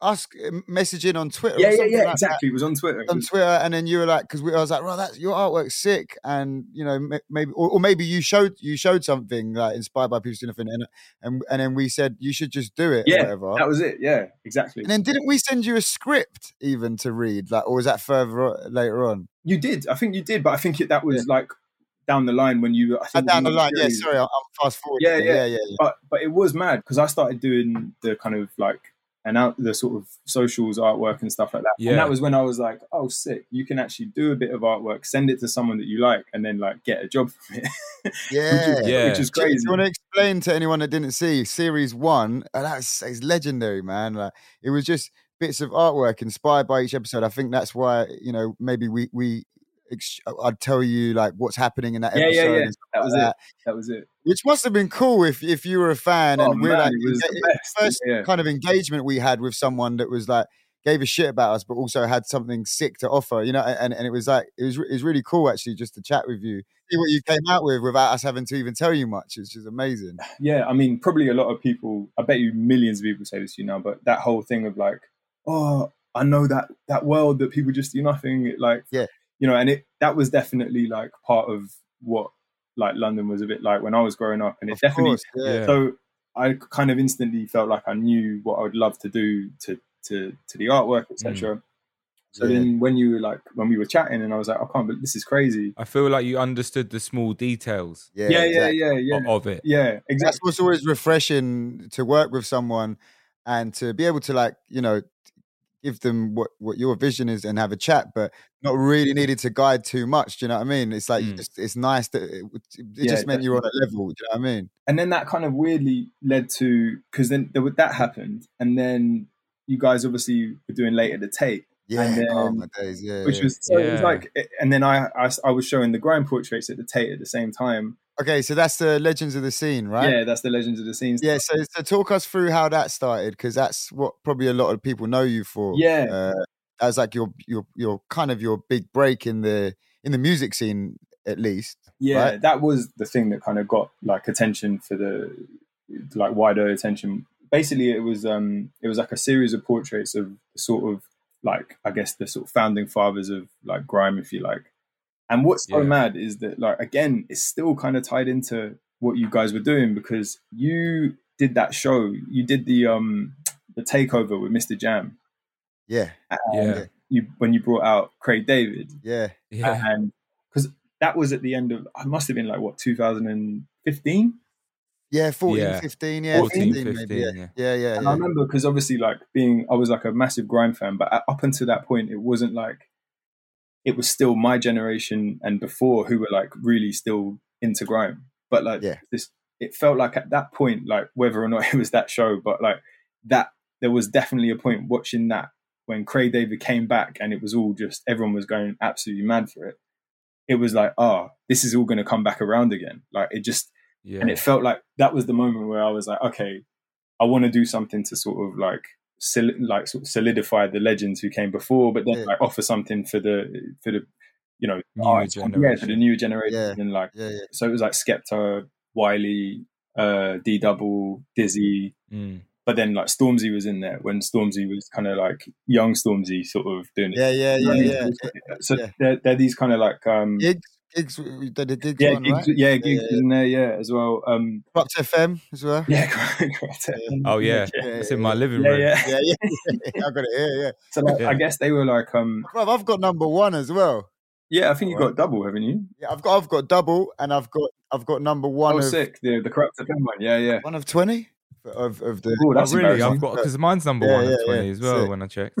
S1: us uh, messaging on Twitter. or
S4: yeah, yeah,
S1: something
S4: yeah,
S1: like that,
S4: exactly. It was on Twitter. It
S1: On
S4: was-
S1: Twitter, and then you were like, because I was like, "Right, that's your artwork's sick," and you know, ma- maybe, or, or maybe you showed you showed something like inspired by people doing nothing, and and and then we said you should just do it,
S4: Yeah,
S1: or whatever.
S4: that was it. Yeah, exactly.
S1: and then didn't we send you a script even to read, like, or was that further on, later on?
S4: You did. I think you did, but I think it, that was like down the line when you. I
S1: Uh,
S4: think
S1: down the
S4: you-
S1: line, yeah. Sorry, I'm I'm fast forward.
S4: Yeah, yeah.
S1: yeah, yeah. yeah.
S4: But but it was mad because I started doing the kind of like and out the sort of socials artwork and stuff like that.
S2: Yeah.
S4: And that was when I was like, oh, sick! You can actually do a bit of artwork, send it to someone that you like, and then like get a job from it. [LAUGHS]
S1: Yeah.
S4: which, is,
S2: Yeah.
S4: which is
S1: Do you-
S4: crazy.
S1: Do you want to explain to anyone that didn't see series one? Oh, that's it's legendary, man. Like it was just bits of artwork inspired by each episode. I think that's why you know maybe we we ex- I'd tell you like what's happening in that
S4: Yeah,
S1: episode.
S4: yeah, yeah.
S1: and stuff
S4: That
S1: like
S4: was it. That was it.
S1: Which must have been cool if if you were a fan
S4: Oh,
S1: and we're
S4: man,
S1: like
S4: it was the
S1: enga-
S4: best.
S1: first
S4: Yeah.
S1: kind of engagement we had with someone that was like gave a shit about us but also had something sick to offer you know and, and it was like it was, re- it was really cool actually just to chat with you see what you came out with without us having to even tell you much it's just amazing
S4: yeah, I mean, probably a lot of people. I bet you millions of people say this to you now, but that whole thing of like, oh, I know that that world that people just do nothing. It like,
S1: Yeah.
S4: you know, and it that was definitely like part of what like London was a bit like when I was growing up, and it
S1: Of
S4: definitely
S1: course, yeah.
S2: Yeah.
S4: so I kind of instantly felt like I knew what I would love to do to to to the artwork, etc. So
S1: Mm. Yeah.
S4: then when you were like when we were chatting, and I was like, I can't, but this is crazy.
S2: I feel like you understood the small details
S1: Yeah,
S4: Yeah, yeah,
S1: exactly.
S4: yeah, yeah,
S2: o- of it.
S4: yeah, exactly.
S1: That's what's always refreshing to work with someone and to be able to like, you know, give them what what your vision is and have a chat, but not really needed to guide too much. Do you know what I mean? It's like you
S2: Mm.
S1: just it's nice that it, it
S4: Yeah,
S1: just meant you're on a level. Do you know what I mean?
S4: and then that kind of weirdly led to because then there, was- that happened, and then you guys obviously were doing later the tape,
S1: Yeah. oh
S4: then-
S1: my days. Yeah.
S4: which
S1: yeah.
S4: was so it was
S2: Yeah.
S4: like, and then I, I I was showing the grind portraits at the Tate at the same time.
S1: okay. So that's the legends of the scene, right?
S4: Yeah, that's the Legends of the Scenes.
S1: Yeah, so, so talk us through how that started because that's what probably a lot of people know you for.
S4: Yeah.
S1: uh, as like your your your kind of your big break in the in the music scene at least.
S4: yeah,
S1: right?
S4: that was the thing that kind of got like attention for the like wider attention. Basically, it was um it was like a series of portraits of sort of like I guess the sort of founding fathers of like grime, if you like. And what's so
S2: Yeah.
S4: mad is that like again, it's still kind of tied into what you guys were doing because you did that show, you did the um the takeover with Mr Jam,
S1: Yeah,
S2: Yeah.
S4: you when you brought out Craig David,
S1: yeah,
S2: Yeah.
S4: and because that was at the end of I must have been like what 2015.
S1: yeah. 14,
S2: Yeah.
S1: 15, yeah,
S2: 14,
S1: 15,
S2: 15,
S1: maybe. Yeah,
S2: yeah.
S1: yeah, yeah.
S4: And I
S1: yeah.
S4: remember because obviously, like being, I was like a massive grind fan, but up until that point, it wasn't like it was still my generation and before who were like really still into grime. But like
S1: Yeah.
S4: this, it felt like at that point, like whether or not [LAUGHS] it was that show, but like that there was definitely a point watching that when Craig David came back and it was all just everyone was going absolutely mad for it. It was like, ah, this is all going to come back around again. Like it just
S2: Yeah.
S4: and it felt like that was the moment where I was like, okay, I want to do something to sort of like sol- like sort of solidify the legends who came before, but then
S1: Yeah.
S4: like offer something for the for the you know
S2: Newer
S4: arts- yeah for the
S2: generation.
S4: new generation
S1: Yeah.
S4: and like
S1: Yeah, yeah.
S4: so it was like Skepta, Wiley, uh, D Double, Dizzy,
S2: Mm.
S4: but then like Stormzy was in there when Stormzy was kind of like young Stormzy sort of doing it.
S1: Yeah, yeah,
S4: [LAUGHS]
S1: yeah, yeah.
S4: So
S1: yeah.
S4: they're they're these kind of like um
S1: Gigs, gigs, we did the gigs
S4: yeah
S1: one,
S4: gigs,
S1: right?
S4: yeah gigs
S1: yeah.
S4: in there yeah as well um
S1: Props FM as well.
S4: yeah, [LAUGHS] correct, correct.
S2: Oh yeah.
S1: Yeah,
S2: It's
S1: yeah, [LAUGHS]
S2: in my living
S4: yeah,
S2: room.
S4: yeah.
S1: yeah, yeah. yeah. I got it here, yeah.
S4: So like,
S2: Yeah.
S4: I guess they were like, um,
S1: Bro, I've got number one as well.
S4: yeah, I think you got double, haven't you?
S1: Yeah, I've got I've got double and I've got I've got number one
S4: Oh,
S1: of
S4: sick. The the corrupt FM one. Yeah, yeah.
S1: one of twenty of of the
S4: Oh, that's
S2: oh, really? I've
S4: embarrassing.
S2: got because mine's number
S1: Yeah,
S2: one of
S1: yeah,
S2: twenty
S1: yeah.
S2: as well.
S1: Sick.
S2: When I checked.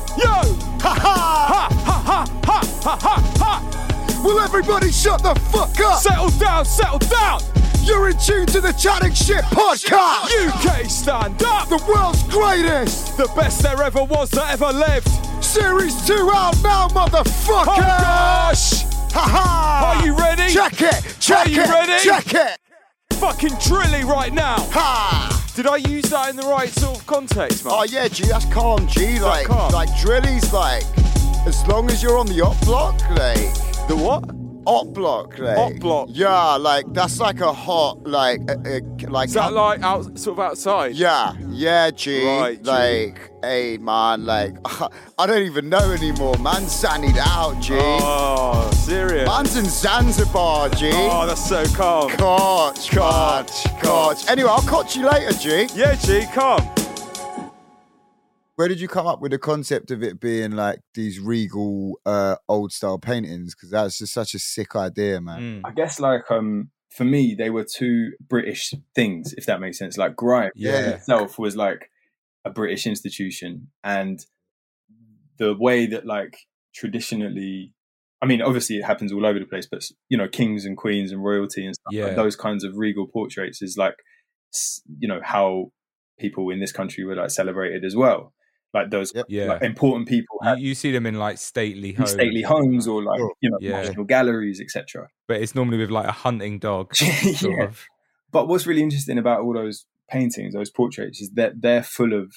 S1: Yo! Ha ha! Ha ha ha ha ha ha! Will everybody shut the fuck up?
S2: Settle down. Settle down.
S1: You're in tune to the chatting shit podcast!
S2: UK stand up.
S1: the world's greatest!
S2: The best there ever was that ever lived. Oh,
S1: Series 2 out now, motherfucker!
S2: gosh!
S1: Ha ha!
S2: Are you ready?
S1: Check it! Check
S2: Are you
S1: it!
S2: ready?
S1: Check it!
S2: Fucking drilly right now.
S1: Ha!
S2: Did I use that in the right sort of context, man?
S1: Oh yeah, G, that's calm, G. Like,
S2: calm?
S1: like drillies, like as long as you're on the op block, like
S2: The what?
S1: op block, like
S2: Op block.
S1: Yeah, like that's like a hot, like, uh, uh, like
S2: Is that
S1: up-
S2: like out, sort of outside?
S1: Yeah, yeah, G.
S2: Right, G.
S1: like, hey man, like [LAUGHS] I don't even know anymore. Man, sannied out, G.
S2: Oh, serious.
S1: Man's in Zanzibar, G.
S2: Oh, that's so calm.
S1: Cotch, cotch, cotch. Anyway, I'll catch you later, G.
S2: Yeah, G, calm.
S1: Where did you come up with the concept of it being like these regal uh, old style paintings? Because that's just such a sick idea, [LAUGHS] man.
S2: Mm.
S4: I guess like um for me they were two British things, if that makes sense. Like grime
S2: Yeah.
S4: itself was like a British institution and the way that like traditionally I mean obviously it happens all over the place, but you know, kings and queens and royalty and stuff
S2: Yeah.
S4: like those kinds of regal portraits is like s- you know, how people in this country were like celebrated as well. Like those
S1: Yep.
S2: Yeah.
S4: like, important people had
S2: You, you see them in like stately homes,
S4: stately homes or like
S1: Sure.
S4: you know
S2: Yeah.
S4: national galleries, etc.
S2: but it's normally with like a hunting dog. Sort
S4: Yeah.
S2: of.
S4: But what's really interesting about all those paintings, those portraits, is that they're full of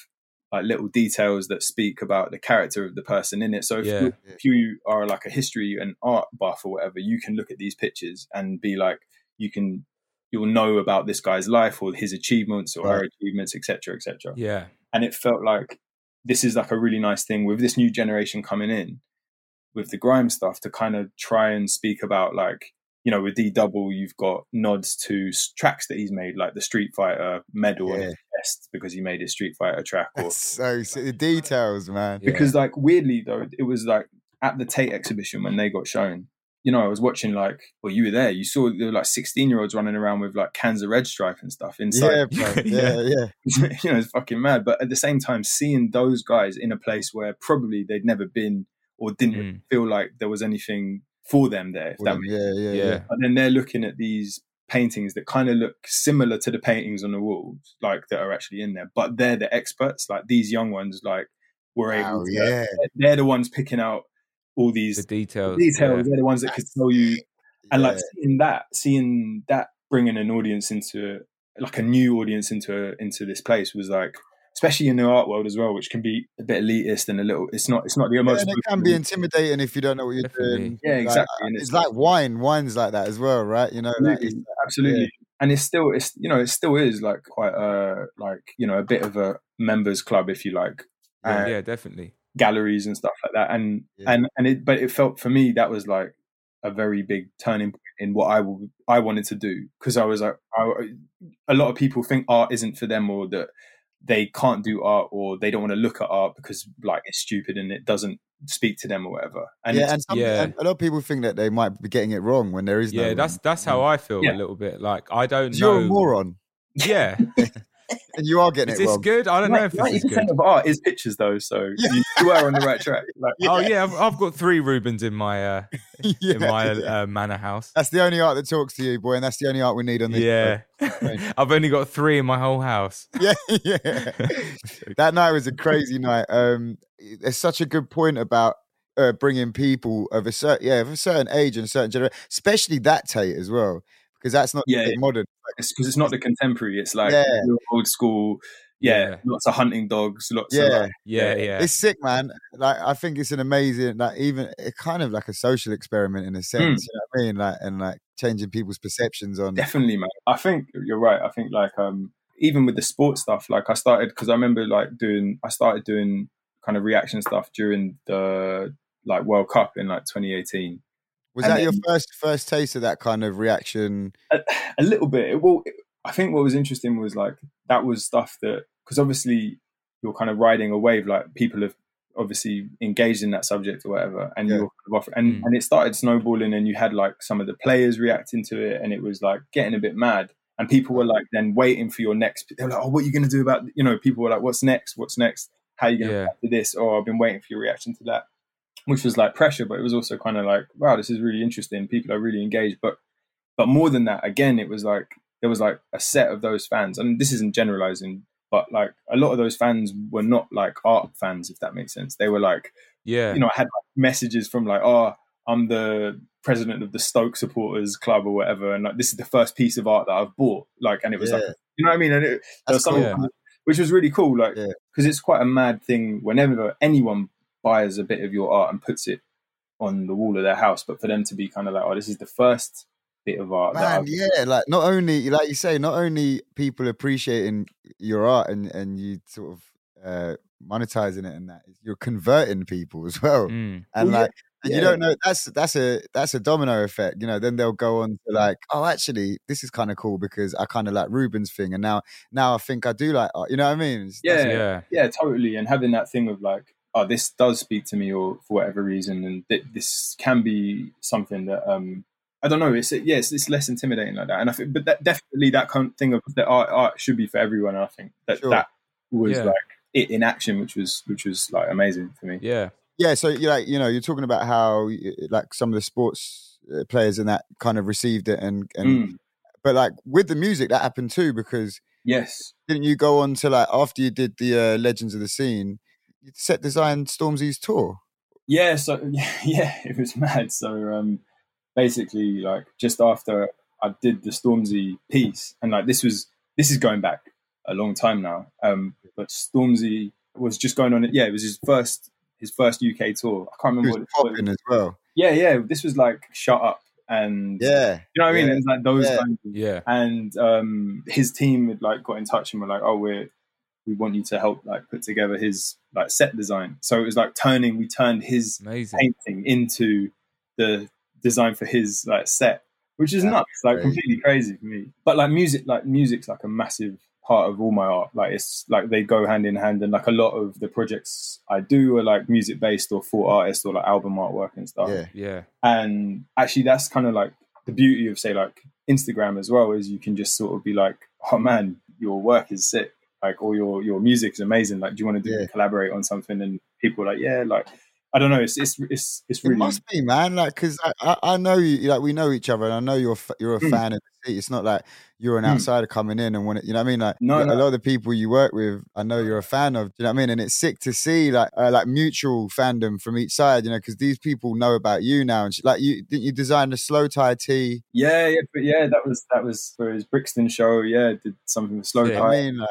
S4: like little details that speak about the character of the person in it. So if,
S2: Yeah.
S4: you, if you are like a history and art buff or whatever, you can look at these pictures and be like, you can, you'll know about this guy's life or his achievements or her achievements, etc., etc.
S2: Yeah.
S4: And it felt like this is like a really nice thing with this new generation coming in with the grime stuff to kind of try and speak about like you know with D double you've got nods to s- tracks that he's made like the Street Fighter medal on
S1: Yeah.
S4: his vest because he made his Street Fighter track or
S1: That's so sick. the details, man.
S2: Yeah.
S4: because like weirdly though it was like at the Tate exhibition when they got shown you know I was watching like well you were there you saw there were like 16 year olds running around with like cans of red stripe and stuff inside [LAUGHS]
S1: Yeah, bro. yeah,
S2: Yeah.
S1: yeah.
S4: you know, it's fucking mad. But at the same time, seeing those guys in a place where probably they'd never been or didn't
S2: Mm.
S4: feel like there was anything for them there. If that
S1: Well,
S4: makes-
S1: yeah, yeah, yeah.
S2: Yeah.
S4: And then they're looking at these paintings that kind of look similar to the paintings on the walls, like that are actually in there. But they're the experts. Like these young ones, like were able.
S1: Wow,
S4: to,
S1: yeah.
S4: They're the ones picking out all
S2: The
S4: these
S2: details.
S4: details.
S2: yeah.
S4: They're the ones that could tell you and like
S1: Yeah.
S4: seeing that seeing that bringing an audience into like a new audience into into this place was like especially in the art world as well which can be a bit elitist and a little it's not it's not the
S1: Yeah,
S4: most
S1: and it can be intimidating if you don't know what you're doing.
S2: Definitely.
S4: yeah
S1: Like,
S4: exactly and
S1: It's, like wine. Wine's like that as well, right? You know, like,
S4: absolutely,
S1: it's-
S4: absolutely. and it's still it's you know it still is like quite a like you know a bit of a members club if you like
S2: Yeah,
S4: Uh,
S2: yeah, definitely.
S4: galleries and stuff like that and
S1: Yeah.
S4: and and it but it felt for me that was like a very big turning point in what I will I wanted to do because I was like I, a lot of people think art isn't for them or that they can't do art or they don't want to look at art because like it's stupid and it doesn't speak to them or whatever and
S1: yeah,
S4: it's-
S1: and, some,
S2: Yeah.
S1: and a lot of people think that they might be getting it wrong when there is no.
S2: Yeah, that's that's how I feel
S4: Yeah.
S2: a little bit. Like I
S1: wrong.
S2: don't know.
S1: you're a moron,
S2: [LAUGHS] Yeah.
S1: and you are getting
S2: Is
S1: it
S2: this
S1: wrong.
S2: good? I don't know if this is
S4: 90%
S2: good.
S4: of art is pictures though [LAUGHS] so you, you are on the right track [LAUGHS] like
S2: Oh yeah, I've, I've got three Rubens in my uh, in
S1: [LAUGHS] Yeah,
S2: my
S1: yeah.
S2: uh, manor house.
S1: that's the only art that talks to you, boy, and that's the only art we need on this.
S2: Yeah,
S4: "Oh,
S2: [LAUGHS] I've only got three in my whole house.
S1: show. [LAUGHS] yeah,
S2: [LAUGHS]
S1: yeah. that night was a crazy night. Um, there's such a good point about uh, bringing people of a certain yeah of a certain age and certain generation, especially that Tate as well, because that's not
S4: Yeah,
S1: Tate
S4: yeah.
S1: modern.
S4: it's because it's not the contemporary it's like
S1: Yeah.
S4: real old school yeah,
S2: Yeah.
S4: lots of hunting dogs lots of
S1: Yeah,
S4: like,
S2: Yeah, yeah.
S1: it's sick, man. Like I think it's an amazing, like even it kind of like a social experiment in a
S4: Hmm.
S1: sense. You know what I mean? Like and like changing people's perceptions on.
S4: definitely man i think you're right i think like um even with the sports stuff like i started because i remember like doing i started doing kind of reaction stuff during the like world cup in like 2018
S1: Was
S4: and
S1: that your
S4: then-
S1: first first taste of that kind of reaction?
S4: a, a little bit It- well i think what was interesting was like that was stuff that because obviously you're kind of riding a wave like people have obviously engaged in that subject or whatever and
S1: Yeah.
S4: you're kind of off, and,
S2: Mm.
S4: and it started snowballing and you had like some of the players reacting to it and it was like getting a bit mad and people were like then waiting for your next they're like oh what are you going to do about you know people were like what's next what's next how are you going to
S2: Yeah.
S4: react to this or i've been waiting for your reaction to that which was like pressure but it was also kind of like wow this is really interesting people are really engaged but but more than that again it was like there was like a set of those fans and this isn't generalizing but like a lot of those fans were not like art fans if that makes sense they were like
S2: yeah.
S4: you know i had like, messages from like oh i'm the president of the stoke supporters club or whatever and like this is the first piece of art that i've bought like and it was
S1: Yeah.
S4: like you know what i mean and it, there
S1: That's
S4: was some-
S2: cool.
S4: which was really cool like
S1: Yeah.
S4: because it's quite a mad thing whenever anyone buys a bit of your art and puts it on the wall of their house but for them to be kind of like oh this is the first bit of art that
S1: Man,
S4: I've
S1: yeah, like not only like you say, not only people appreciating your art and and you sort of uh monetizing it and that you're converting people as well.
S2: Mm.
S1: and
S4: Well, Oh, yeah.
S1: like and you
S4: Yeah.
S1: don't know that's that's a that's a domino effect you know then they'll go on
S4: Mm.
S1: to like oh actually this is kind of cool because i kind of like ruben's thing and now now i think i do like art. you know what i mean It's- that's-
S4: Yeah.
S2: Yeah.
S4: yeah totally and having that thing of like oh this does speak to me or for whatever reason and th- this can be something that um i don't know it's yeah it's, it's less intimidating like that and i think but that definitely that kind of thing of that art, art should be for everyone and i think that
S1: Sure.
S4: that was
S2: Yeah.
S4: like it in action which was which was like amazing for me
S2: Yeah.
S1: yeah so you like you know you're talking about how y- like some of the sports uh, players and that kind of received it and and
S4: Mm,
S1: but like with the music that happened too because
S4: yes
S1: didn't you go on to like after you did the uh, legends of the scene you set design stormzy's tour
S4: yeah so [LAUGHS] yeah it was mad so um basically like just after i did the stormzy piece and like this was this is going back a long time now um but stormzy was just going on it yeah it was his first his first uk tour i can't
S1: he
S4: remember
S1: was
S4: what it was
S1: popping as well
S4: yeah yeah this was like shut up and
S1: yeah
S4: you know what i mean
S1: yeah,
S4: it was like those
S1: yeah.
S4: kinds of
S2: Yeah.
S4: and um, his team had like got in touch and were like, "Oh, we're we want you to help like put together his like set design. So it was like turning we turned his
S2: Amazing.
S4: painting into the design for his like set, which is
S1: That's
S4: nuts, like
S1: crazy.
S4: completely crazy for me. But like music, like music's like a massive part of all my art. Like it's like they go hand in hand, and like a lot of the projects I do are like music based or for artists or like album artwork and stuff
S1: Yeah.
S2: Yeah.
S4: and actually that's kind of like the beauty of say like instagram as well is you can just sort of be like oh man your work is sick like or your your music is amazing like do you want to do
S1: Yeah.
S4: collaborate on something and people are like yeah like i don't know it's it's it's, it's
S1: It
S4: really
S1: must be, man. Like, because I, I, I know you, like, we know each other, and I know you're f- you're a
S4: Mm.
S1: fan of the city. It's not like you're an
S4: Mm.
S1: outsider coming in and want to, you know what I mean? Like,
S4: No,
S1: a
S4: no.
S1: lot of the people you work with, I know you're a fan of. Do you know what I mean? And it's sick to see like uh, like mutual fandom from each side, you know, because these people know about you now. And sh- like, you didn't you design the slow tie tee?
S4: yeah yeah but yeah that was that was for his brixton show yeah did something with slow
S1: I
S2: Yeah.
S4: tie
S1: mean, like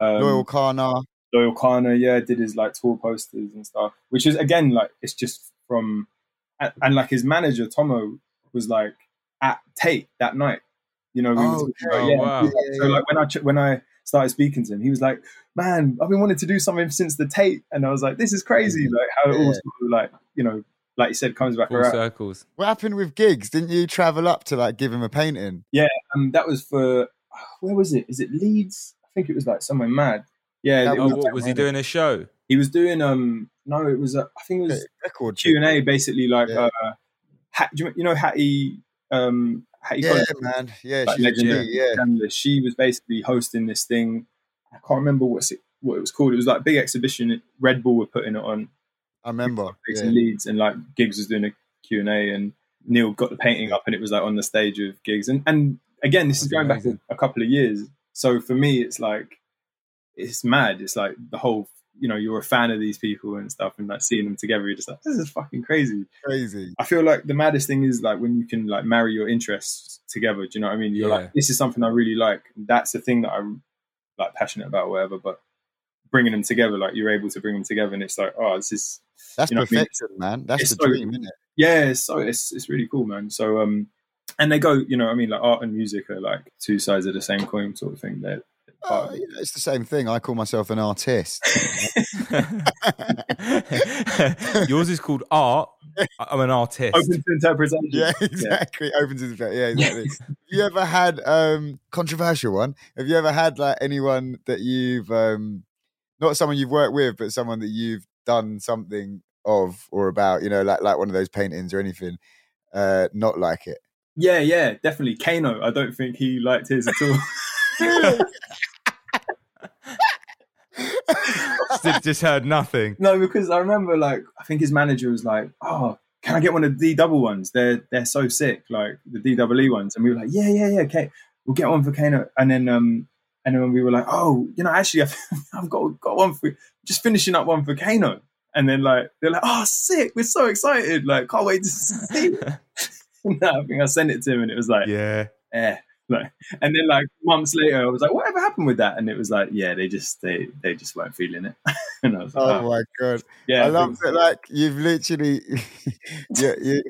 S4: um,
S1: loyal Kana.
S4: Loyal Kana, yeah, did his like tour posters and stuff, which is again like it's just from and, and like his manager Tomo was like at Tate that night. You know, we
S1: Oh,
S4: were talking about-
S2: oh,
S4: yeah,
S2: wow.
S4: yeah, so like when I ch- when I started speaking to him, he was like, "Man, I've been wanting to do something since the Tate," and I was like, "This is crazy!" Like how it
S1: Yeah.
S4: all sort of, like you know, like you said, comes back
S2: Full
S4: around.
S2: circles.
S1: What happened with gigs? Didn't you travel up to like give him a painting?
S4: Um, that was for where was it? Is it Leeds? I think it was like somewhere mad. Yeah,
S1: That
S4: it
S2: Oh,
S1: was-
S2: what was he doing? A show? [LAUGHS]
S4: He was doing um. No, it was. Uh, I think it was.
S1: Record
S4: Q and A, basically like
S1: Yeah.
S4: uh, Hat, do you, you know Hattie, um, Hattie
S1: Yeah,
S4: Collins,
S1: man. Yeah,
S4: like
S1: she's a
S4: legendary
S1: G, yeah.
S4: journalist. She was basically hosting this thing. I can't remember what's it, what it was called. It was like a big exhibition. Red Bull were putting it on
S1: I remember.
S4: gigs
S1: Yeah.
S4: in Leeds, and like Gigs was doing a Q and A, and Neil got the painting up, and it was like on the stage of Gigs. And and again, this is
S2: That's
S4: going
S2: amazing.
S4: back a couple of years. So for me, it's like it's mad. It's like the whole. You know, you're a fan of these people and stuff, and like seeing them together, you're just like, this is fucking crazy.
S1: Crazy.
S4: I feel like the maddest thing is like when you can like marry your interests together. Do you know what I mean? You're
S2: Yeah.
S4: like, this is something I really like. That's the thing that I'm like passionate about, or whatever. But bringing them together, like you're able to bring them together, and it's like, oh, this is
S1: That's
S4: You know what I mean?
S1: perfection, man. That's
S4: It's
S1: the
S4: so-
S1: dream,
S4: [LAUGHS]
S1: isn't it?
S4: yeah. It's so it's it's really cool, man. So um, and they go, you know, what I mean, like art and music are like two sides of the same coin, sort of thing. They're they're part
S1: Oh,
S4: of it.
S1: you know, it's the same thing. I call myself an artist.
S4: [LAUGHS]
S1: [LAUGHS]
S2: Yours is called art. I- I'm an artist.
S4: open to interpretation.
S1: yeah, exactly. Open to the fact. Yeah, exactly. have you ever had um controversial one? Have you ever had like anyone that you've um not someone you've worked with, but someone that you've done something of or about, you know, like like one of those paintings or anything, uh, not like it.
S4: yeah, yeah, definitely. Kano, I don't think he liked his at
S1: [LAUGHS]
S4: all. [LAUGHS]
S2: Sid just heard
S4: [LAUGHS]
S2: nothing.
S4: No, because I remember like I think his manager was like, "Oh, can I get one of the D double ones? They're they're so sick, like the D double E ones." And we were like, "Yeah, yeah, yeah, okay, we'll get one for Kano." And then um, and then we were like, "Oh, you know, actually, [LAUGHS] I've, I've got got one for just finishing up one for Kano." And then like they're like, "Oh, sick! We're so excited! Like, can't wait to see." [LAUGHS] it." And I think I sent it to him, and it was like,
S2: Yeah.
S4: eh. Like, and then like months later, I was like, "Whatever happened with that?" And it was like, "Yeah, they just they they just weren't feeling it." [LAUGHS] and I was like,
S1: Oh
S4: "Oh,
S1: my god.
S4: yeah,
S1: I
S4: think
S1: love
S4: so."
S1: that. Like you've literally, [LAUGHS] you, you,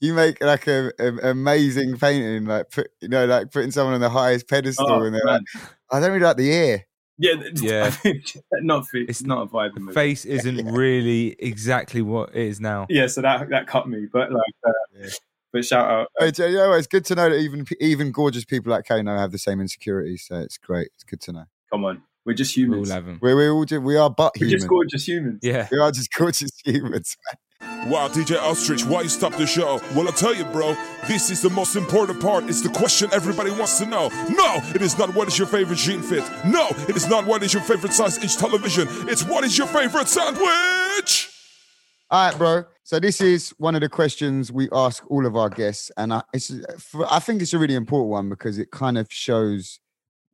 S1: you make like a, a- amazing painting. Like put, you know, like putting someone on the highest pedestal,
S4: Oh,
S1: and they're
S4: man.
S1: like, I don't really like the ear.
S4: Yeah, th-
S2: Yeah.
S4: not fit.
S2: It's
S4: [LAUGHS] It's not a vibe.
S2: The
S4: movie.
S2: face isn't really exactly what it is now.
S4: Yeah, so that that cut me, but like, uh,
S1: Yeah.
S4: but shout out. uh,
S1: Oh, do you know, what? it's good to know that even p- even gorgeous people like Kano have the same insecurities. So it's great. It's good to know.
S4: Come on, we're just
S2: We all
S4: humans. We're,
S2: have 'em.
S1: We we all do. We are but humans.
S4: just gorgeous humans.
S2: [LAUGHS] Yeah. [LAUGHS]
S1: we are just [LAUGHS] gorgeous humans.
S5: Wow, DJ Ostrich, why you stop the show? Well, I'll tell you, bro, this is the most important part. It's the question everybody wants to know. No, it is not what is your favorite jean fit. No, it is not what is your favorite size inch television. It's what is your favorite sandwich?
S1: All right, bro. So this is one of the questions we ask all of our guests, and I, it's, for, I think it's a really important one because it kind of shows,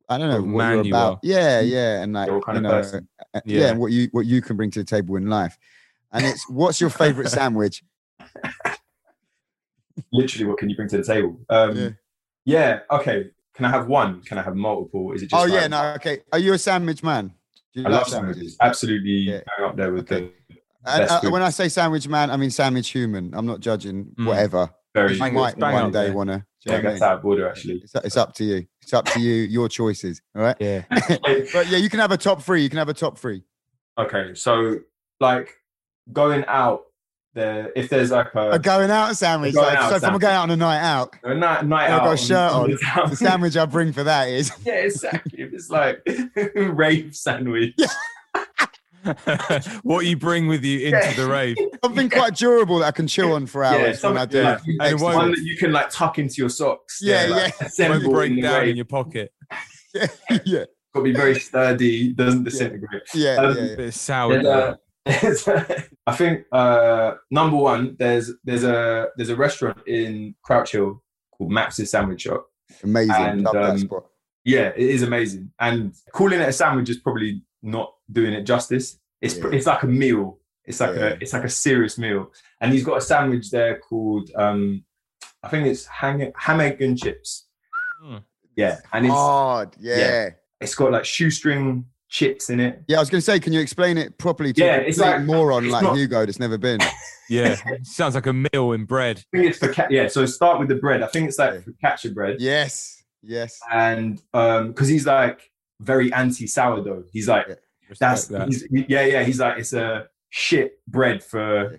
S1: I don't know,
S2: What
S1: what,
S2: man
S1: you're
S2: you
S1: about.
S2: are. Mm.
S1: Yeah, yeah, and like
S4: You're what kind
S1: you
S4: of
S1: know,
S4: person.
S1: uh, yeah.
S2: Yeah.
S1: and what you what you can bring to the table in life, and
S2: [LAUGHS]
S1: it's what's your favorite sandwich?
S4: Literally, what can you bring to the table? Um,
S1: Yeah.
S4: Okay. Can I have one? Can I have multiple? Is it
S1: oh yeah, no, okay. Are you a sandwich man? Do you
S4: Absolutely,
S1: Yeah.
S4: bang up there
S1: with Okay. And,
S4: Best
S1: uh,
S4: food.
S1: when I say sandwich man, I mean sandwich human. I'm not judging.
S2: Mm.
S1: Whatever
S4: the
S1: you
S2: Bang-
S1: might
S2: bang
S1: one
S2: up
S1: day
S2: there.
S1: want to.
S4: out of order
S1: It's, it's up to you. It's up to you, your choices. All right.
S2: Yeah.
S1: But yeah, you can have a top three. You can have a top three.
S4: okay, so like going out there, if there's like
S1: A going out sandwich.
S4: A going
S1: like,
S4: out
S1: so if I'm
S4: sandwich.
S1: going out on a night out,
S4: a night, night
S1: I've
S4: out,
S1: got a shirt on.
S4: the town. [LAUGHS]
S1: the sandwich I bring for that is
S4: yeah, exactly. If it's like [LAUGHS] rave sandwich,
S2: what you bring with you into
S4: Yeah.
S2: the
S4: [LAUGHS]
S2: rave.
S1: something quite durable that I can chew on for
S4: yeah,
S1: hours when I
S4: something
S1: do.
S4: like,
S2: And it
S1: Excellent.
S4: one
S2: won't,
S4: that you can like tuck into your socks.
S1: Yeah,
S4: like,
S2: won't
S4: [LAUGHS] assemble in
S2: break
S4: the
S2: down
S4: rave.
S2: in your pocket.
S1: [LAUGHS] yeah,
S4: Got to be very sturdy. Doesn't disintegrate.
S1: yeah,
S4: Um,
S1: yeah, yeah.
S2: Bit of sour.
S4: Then, uh, [LAUGHS] I think uh, number one, there's there's a there's a restaurant in Crouch Hill called Max's Sandwich Shop.
S1: Amazing.
S4: and,
S1: Love that
S4: um,
S1: spot.
S4: Yeah, it is amazing. And calling it a sandwich is probably not doing it justice. It's
S1: Yeah.
S4: it's like a meal. It's like
S1: Yeah.
S4: a it's like a serious meal. And he's got a sandwich there called um, I think it's hang, ham egg and chips.
S2: Mm.
S4: Yeah, and it's
S1: Hard. Yeah. yeah.
S4: yeah. it's got like shoestring chips in it.
S1: I was going to say, can you explain it properly to
S4: Yeah,
S1: a
S4: it's
S1: complete
S4: like-
S1: moron
S4: it's
S1: like
S4: not-
S1: Hugo that's never
S4: [LAUGHS]
S1: been?
S2: yeah. [LAUGHS] Sounds like a meal in bread.
S4: I think it's for yeah. So start with the bread. I think it's
S1: Yeah.
S4: like focaccia bread.
S1: yes, yes.
S4: and um because he's like very anti sourdough he's like
S1: Yeah,
S4: that's
S2: Respect that.
S4: he's, yeah yeah he's like it's a shit bread for
S1: Yeah.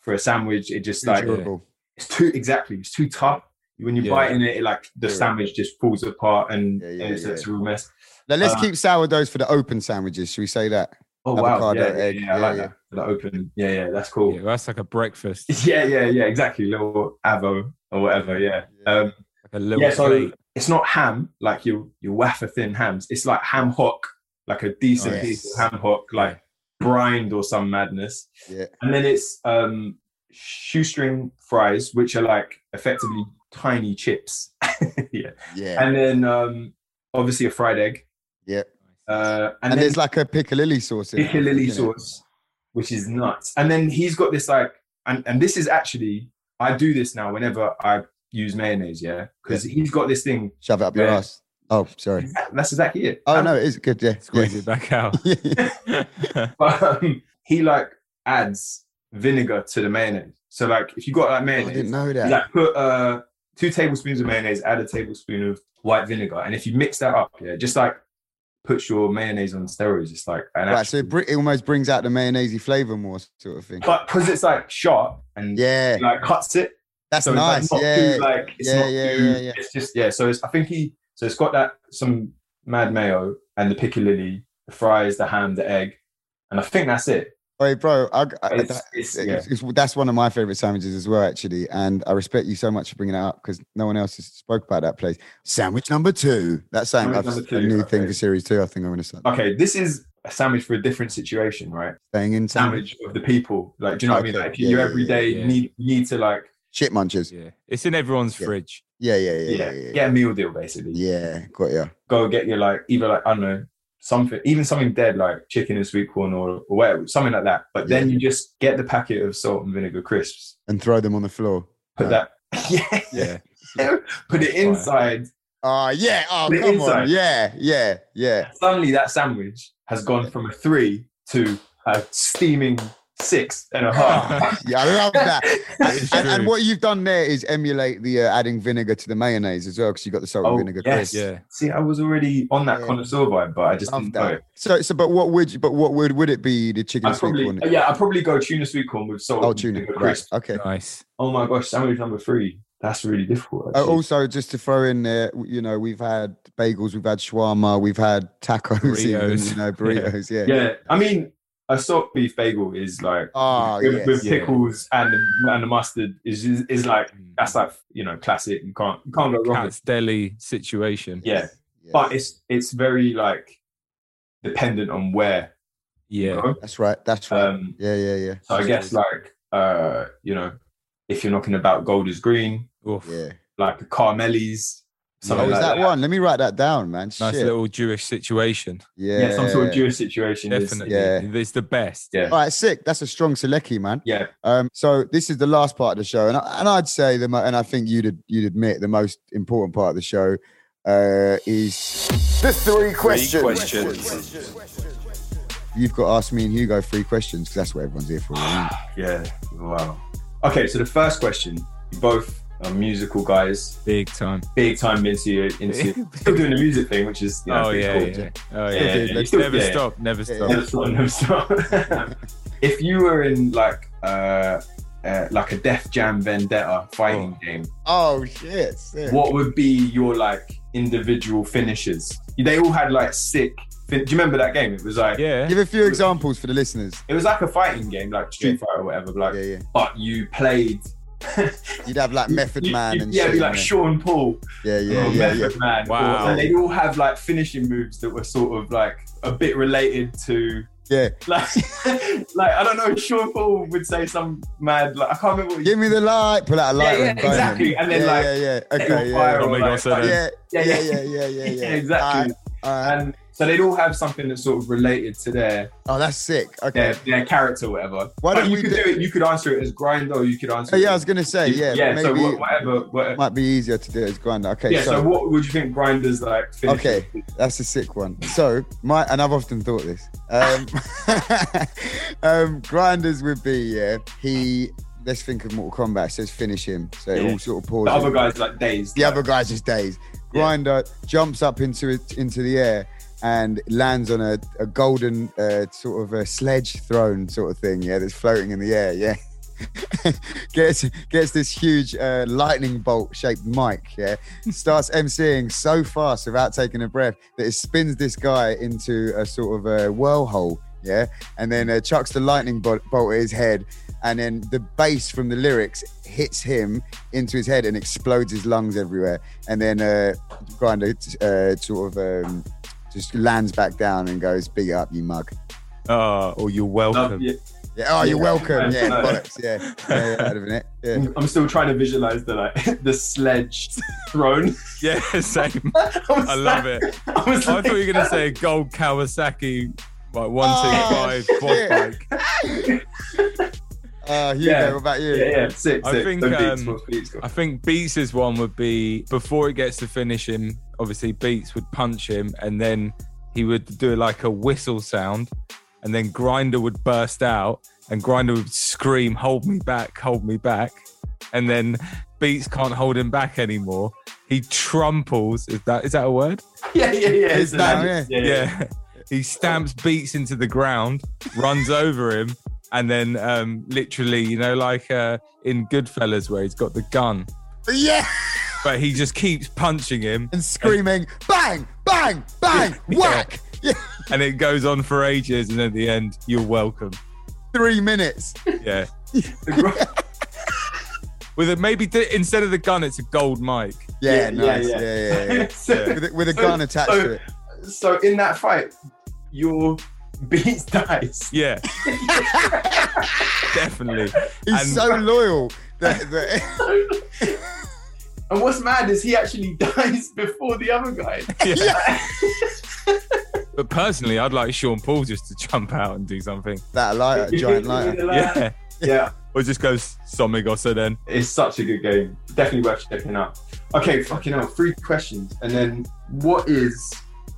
S4: for a sandwich it just
S1: Too
S4: like
S1: durable.
S4: it's too exactly it's too tough when you
S2: Yeah.
S4: bite in it, it like the
S1: Yeah.
S4: sandwich just falls apart and
S1: Yeah, yeah,
S4: and it's,
S1: yeah.
S4: it's a real mess
S1: Now, let's
S4: uh,
S1: keep sourdoughs for the open sandwiches. Should we say that?
S4: oh wow
S1: Avocado,
S4: yeah, yeah,
S1: egg,
S4: yeah, i
S1: yeah,
S4: like
S1: yeah.
S4: that that open yeah yeah that's cool
S2: Yeah, that's like a breakfast. Like
S4: [LAUGHS] yeah yeah yeah exactly little avo or whatever yeah,
S1: Yeah.
S4: um
S2: a little
S4: yeah, so
S2: plate.
S4: it's not ham like your your wafer thin hams. It's like ham hock, like a decent
S1: Nice.
S4: piece of ham hock, like brined or some madness.
S1: Yeah.
S4: And then it's um shoestring fries, which are like effectively tiny chips. yeah.
S1: Yeah.
S4: And then um obviously a fried egg.
S1: Yeah.
S4: Uh,
S1: And,
S4: and, then
S1: there's like a piccalilli sauce in it, I think,
S4: piccalilli
S1: innit?
S4: sauce, which is nuts. And then he's got this like, and, and this is actually, I do this now whenever I use mayonnaise, yeah, because he's got this thing
S1: Shove it up your
S4: Yeah.
S1: ass. Oh, sorry.
S4: [LAUGHS] that's exactly it.
S1: Oh, no, it is good.
S4: [LAUGHS]
S1: Yeah.
S2: Squeeze it back out. [LAUGHS]
S1: [LAUGHS] yeah.
S4: But [LAUGHS] um, he like adds vinegar to the mayonnaise. So like if you got like
S1: Oh, I didn't
S4: mayonnaise,
S1: know
S4: you,
S1: that.
S4: like put uh two tablespoons of mayonnaise, add a tablespoon of white vinegar, and if you mix that up, yeah, just like puts your mayonnaise on steroids. It's like an
S1: Right, so
S4: actual-
S1: it, br- it almost brings out the mayonnaise flavor more, sort of thing.
S4: but because it's like sharp and
S1: Yeah,
S4: like cuts it.
S1: that's
S4: so
S1: nice.
S4: It's like, not
S1: yeah,
S4: Too, like it's
S1: Yeah,
S4: not
S1: yeah,
S4: too,
S1: yeah, yeah.
S4: It's just yeah. So it's I think he so it's got that some mad mayo and the piccalilli, the fries, the ham, the egg, and I think that's it.
S1: Wait, bro, I, I,
S4: It's-
S1: that-
S4: it's-
S1: it's-
S4: yeah.
S1: it's- that's one of my favorite sandwiches as well, actually. And I respect you so much for bringing it up because no one else has spoke about that place. Sandwich number two. That's saying
S4: Sandwich
S1: I've-
S4: number two,
S1: a new thing
S4: okay.
S1: for series two. I think I'm going to start
S4: okay, this is a sandwich for a different situation, right?
S1: staying in sandwich.
S4: Sandwich of the people. Like, do you know what I mean?
S1: Okay,
S4: Like, if you
S1: Mm-hmm. yeah,
S4: you
S1: yeah,
S4: every
S1: yeah,
S4: day
S2: yeah.
S4: need need to like,
S1: Shit munchers.
S2: Yeah. It's in everyone's
S1: Yeah.
S2: fridge.
S1: Yeah, yeah,
S4: yeah,
S1: yeah, yeah. Yeah,
S4: get a meal deal basically.
S1: yeah got ya.
S4: Go get your like either like I don't know something, even something dead like chicken and sweet corn or, or whatever, something like that. But then
S1: Yeah.
S4: you just get the packet of salt and vinegar crisps.
S1: And throw them on the floor.
S4: Put
S1: Right.
S4: that, [LAUGHS] yeah,
S2: Yeah.
S4: put it inside.
S1: Oh, yeah. Oh,
S4: The
S1: come on.
S4: inside.
S1: Yeah, yeah, yeah.
S4: Suddenly, that sandwich has gone from a three to a steaming six and a half.
S1: Yeah, I love [LAUGHS] that.
S2: [LAUGHS] It's
S1: And, and
S2: true.
S1: what you've done there is emulate the uh, adding vinegar to the mayonnaise as well, because you got the salt and
S4: Oh,
S1: vinegar.
S4: yes.
S1: crisps.
S2: Yeah.
S4: See, I was already on that
S1: Yeah.
S4: connoisseur vibe, but I just
S1: Love
S4: didn't know.
S1: that. So, so, but what would you, but what would would it be? The chicken
S4: I
S1: and sweet
S4: probably, uh,
S1: corn?
S4: yeah, I probably go tuna sweet corn with salt.
S1: Oh,
S4: and
S1: tuna.
S4: vinegar
S1: Right.
S4: crisp.
S1: Okay.
S2: Nice.
S4: Oh my gosh, sandwich number three. That's really difficult.
S1: Uh,
S4: actually.
S1: also, just to throw in there, w- you know, we've had bagels, we've had shawarma, we've had tacos, even,
S2: Burritos.
S1: you
S4: [LAUGHS]
S1: know,
S2: Yeah.
S1: burritos. oh, Yeah.
S4: yeah, I mean, a salt beef bagel is like
S1: Oh,
S4: with,
S1: yes.
S4: with
S2: Yeah.
S4: pickles and the, and the mustard is, is is like
S1: Mm.
S4: that's like you know classic. You can't you can't go wrong. With.
S2: Cat's deli situation.
S4: Yeah,
S1: Yes.
S4: but it's it's very like dependent on where. you
S2: Yeah.
S4: go.
S1: that's right. That's right.
S4: Um,
S1: yeah, yeah, yeah,
S4: so I guess like uh, you know, if you're knocking about gold is green,
S2: Oof.
S1: yeah.
S4: like the Carmelis,
S1: Oh,
S4: something
S1: is
S4: like
S1: that one? Let me write that down, man.
S2: Nice
S1: Shit.
S2: little Jewish situation.
S1: yeah.
S4: Yeah, some sort of Jewish situation. is-
S2: Definitely.
S1: Yeah.
S2: It's the best.
S4: Yeah.
S1: All right, sick. That's a strong selecki, man.
S4: Yeah.
S1: Um, so this is the last part of the show, and I, and I'd say the mo- and I think you'd ad- you'd admit the most important part of the show uh, is the three questions. You've got to ask me and Hugo three questions because that's what everyone's here for. really.
S4: Yeah. Wow. Okay, so the first question, you both um, musical guys,
S2: Big time.
S4: big time into
S2: [LAUGHS]
S4: into still doing the music thing, which is you know,
S2: oh,
S4: pretty
S2: yeah,
S4: cool. [LAUGHS]
S2: yeah. Oh,
S4: Yeah,
S2: yeah.
S4: dude,
S2: yeah.
S4: let's-
S2: Never
S4: yeah.
S2: stop. Never stop.
S4: Never stop, never stop. [LAUGHS] if you were in like uh, uh, like a Def Jam Vendetta fighting game,
S1: Oh shit! sick.
S4: what would be your like individual finishes? They all had like sick. Fin- Do you remember that game? It was like
S2: Yeah.
S1: Give a few examples for the listeners.
S4: it was like a fighting game, like Street
S1: Yeah.
S4: Fighter or whatever. But like,
S1: Yeah, yeah.
S4: but you played.
S1: You'd have like Method
S4: You-
S1: Man
S4: you-
S1: and
S4: yeah,
S1: shit.
S4: it'd be
S1: in
S4: like
S1: there.
S4: Sean Paul,
S1: yeah, yeah,
S4: yeah,
S1: yeah, yeah.
S4: Method Man.
S2: Wow.
S4: and they'd all have like finishing moves that were sort of like a bit related to
S1: Yeah.
S4: like, [LAUGHS] like I don't know. Sean Paul would say some mad like I can't remember what he
S1: Give me the light. Pull out a light.
S4: yeah,
S1: and burn them.
S4: exactly, and then,
S1: yeah,
S4: like,
S1: yeah, yeah.
S4: let it
S1: Okay,
S4: all fire
S1: yeah,
S2: Oh
S4: or,
S2: my
S4: like,
S2: God, so
S4: like,
S2: then-
S1: yeah, yeah, yeah,
S4: Yeah,
S1: yeah, yeah, yeah, yeah.
S4: [LAUGHS] exactly.
S1: All right, all right.
S4: And so they'd all have something that's sort of related to their
S1: Oh, that's sick.
S4: their,
S1: Okay.
S4: their character, or whatever.
S1: Why
S4: But
S1: don't
S4: you
S1: we
S4: could
S1: do-
S4: do it? You could answer it as grind, or you could answer.
S1: Oh,
S4: it
S1: yeah, I
S4: as-
S1: was gonna say, yeah,
S4: yeah.
S1: maybe
S4: so wha- whatever, whatever.
S1: might be easier to do it as grinder. Okay,
S4: yeah. So,
S1: so
S4: what would you think grinders like? Finish
S1: Okay, that's a sick one. So my and I've often thought this. Um, [LAUGHS] um, grinders would be yeah. He let's think of Mortal Kombat. Says finish him. So it
S4: Yeah.
S1: all sort of
S4: The
S1: pauses.
S4: other guys like dazed.
S1: the
S4: like,
S1: other guy's just dazed. Grinder jumps up into it into the air and lands on a, a golden uh, sort of a sledge throne sort of thing. Yeah, that's floating in the air. Yeah. [LAUGHS] gets gets this huge uh, lightning bolt shaped mic. Yeah, starts emceeing so fast without taking a breath that it spins this guy into a sort of a whirlhole. Yeah, and then uh, chucks the lightning bolt, bolt at his head, and then the bass from the lyrics hits him into his head and explodes his lungs everywhere. And then uh, Grinder uh, sort of um, just lands back down and goes, "Big up, you mug."
S2: Oh, or you're
S4: love-
S2: welcome.
S4: yeah.
S1: Yeah, oh, you're
S4: Yeah.
S1: welcome.
S4: [LAUGHS]
S1: Yeah,
S4: No.
S1: bollocks. Yeah, yeah, yeah, that'd have been it.
S4: [LAUGHS]
S1: Yeah.
S4: I'm- I'm still trying to visualize the like [LAUGHS]
S1: [LAUGHS]
S4: the sledge throne.
S2: [LAUGHS]
S4: [LAUGHS]
S2: Yeah, same.
S4: was
S2: I love
S4: like-
S2: it.
S4: [LAUGHS] I,
S2: I
S4: was
S2: thought
S4: like,
S2: you were going to say a gold Kawasaki, like
S1: Oh,
S2: 125 quad
S1: shit.
S2: bike.
S1: Uh, Hugo,
S4: Yeah.
S1: what about you?
S4: Yeah, yeah, sick, sick.
S2: I think,
S4: Don't beat
S2: um,
S4: sports, beat sports.
S2: I think Beats' one would be before it gets to finish him, obviously, Beats would punch him and then he would do like a whistle sound and then Grinder would burst out and Grinder would scream, Hold me back, hold me back. And then Beats can't hold him back anymore. He trumples. Is that is that a word?
S4: [LAUGHS] yeah, yeah, yeah.
S1: It's
S4: so
S1: now,
S4: that-
S2: yeah. [LAUGHS] He stamps beats into the ground, runs over him, and then um, literally, you know, like uh, in Goodfellas where he's got the gun,
S1: Yeah,
S2: but he just keeps punching him
S1: and screaming, bang, bang,
S4: [LAUGHS]
S1: bang,
S2: Yeah.
S1: whack. Yeah,
S2: and it goes on for ages. And at the end, you're welcome.
S1: three minutes.
S2: [LAUGHS] Yeah.
S4: The gr-
S2: With a maybe di- instead of the gun, it's a gold mic.
S1: Yeah,
S4: Yeah, yeah,
S1: nice. Yeah,
S4: yeah.
S1: yeah, yeah.
S4: [LAUGHS] so,
S1: With, a- with a
S4: So-
S1: gun attached
S4: so-
S1: to it.
S4: so in that fight, your beats dies. [LAUGHS]
S2: [LAUGHS] Yeah. Definitely.
S1: He's
S2: and-
S1: so loyal. That, that, [LAUGHS]
S4: And what's mad is he actually [LAUGHS] dies before the other guy.
S2: Yeah. but personally, I'd like Sean Paul just to jump out and do something.
S1: that lighter, giant
S4: [LAUGHS]
S1: lighter.
S2: Yeah.
S4: Yeah.
S2: Or just go Somigosa then.
S4: It's such a good game. Definitely worth checking out. Okay, fucking hell. Three questions. And then what is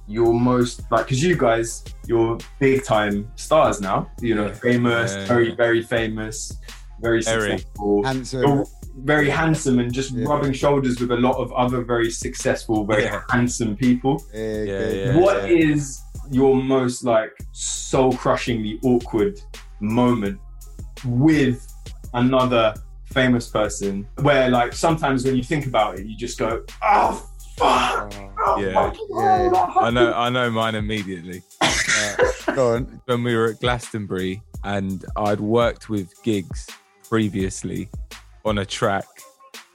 S4: your most, like, because you guys, you're big time stars now. You know, famous,
S2: Yeah.
S4: very, very famous, very
S2: Very.
S4: successful.
S1: Handsome.
S4: You're very handsome and just
S1: Yeah.
S4: rubbing shoulders with a lot of other very successful, very
S2: Yeah.
S4: handsome people.
S1: Yeah,
S2: Yeah,
S1: good.
S2: yeah.
S4: What is your most like soul crushingly awkward moment with another famous person where like sometimes when you think about it you just go oh fuck oh,
S2: Yeah.
S4: fuck,
S1: Yeah.
S4: oh,
S2: I know, I know mine immediately.
S1: Go on.
S2: When we were at Glastonbury, and I'd worked with gigs previously on a track,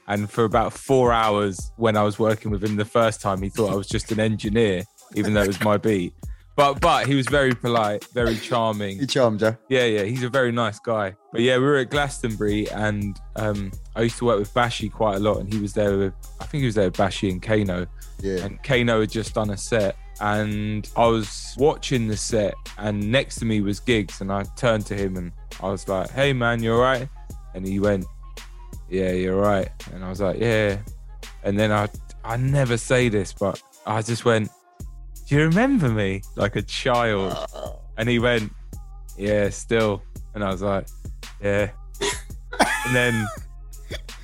S2: and for about four hours when I was working with him the first time, he thought I was just an engineer, even though it was my beat. But but he was very polite, very charming.
S1: He charmed you.
S2: Yeah, yeah, he's a very nice guy. But yeah, we were at Glastonbury, and um, I used to work with Bashy quite a lot, and he was there with, I think he was there with Bashy and Kano,
S1: Yeah.
S2: and Kano had just done a set, and I was watching the set, and next to me was Gigs, and I turned to him and I was like, "Hey man, you alright?" And he went, "Yeah, you're right." And I was like, "Yeah," and then I I never say this, but I just went, "Do you remember me?" Like a child, and he went, [LAUGHS] "Yeah, still," and I was like, "Yeah," and then.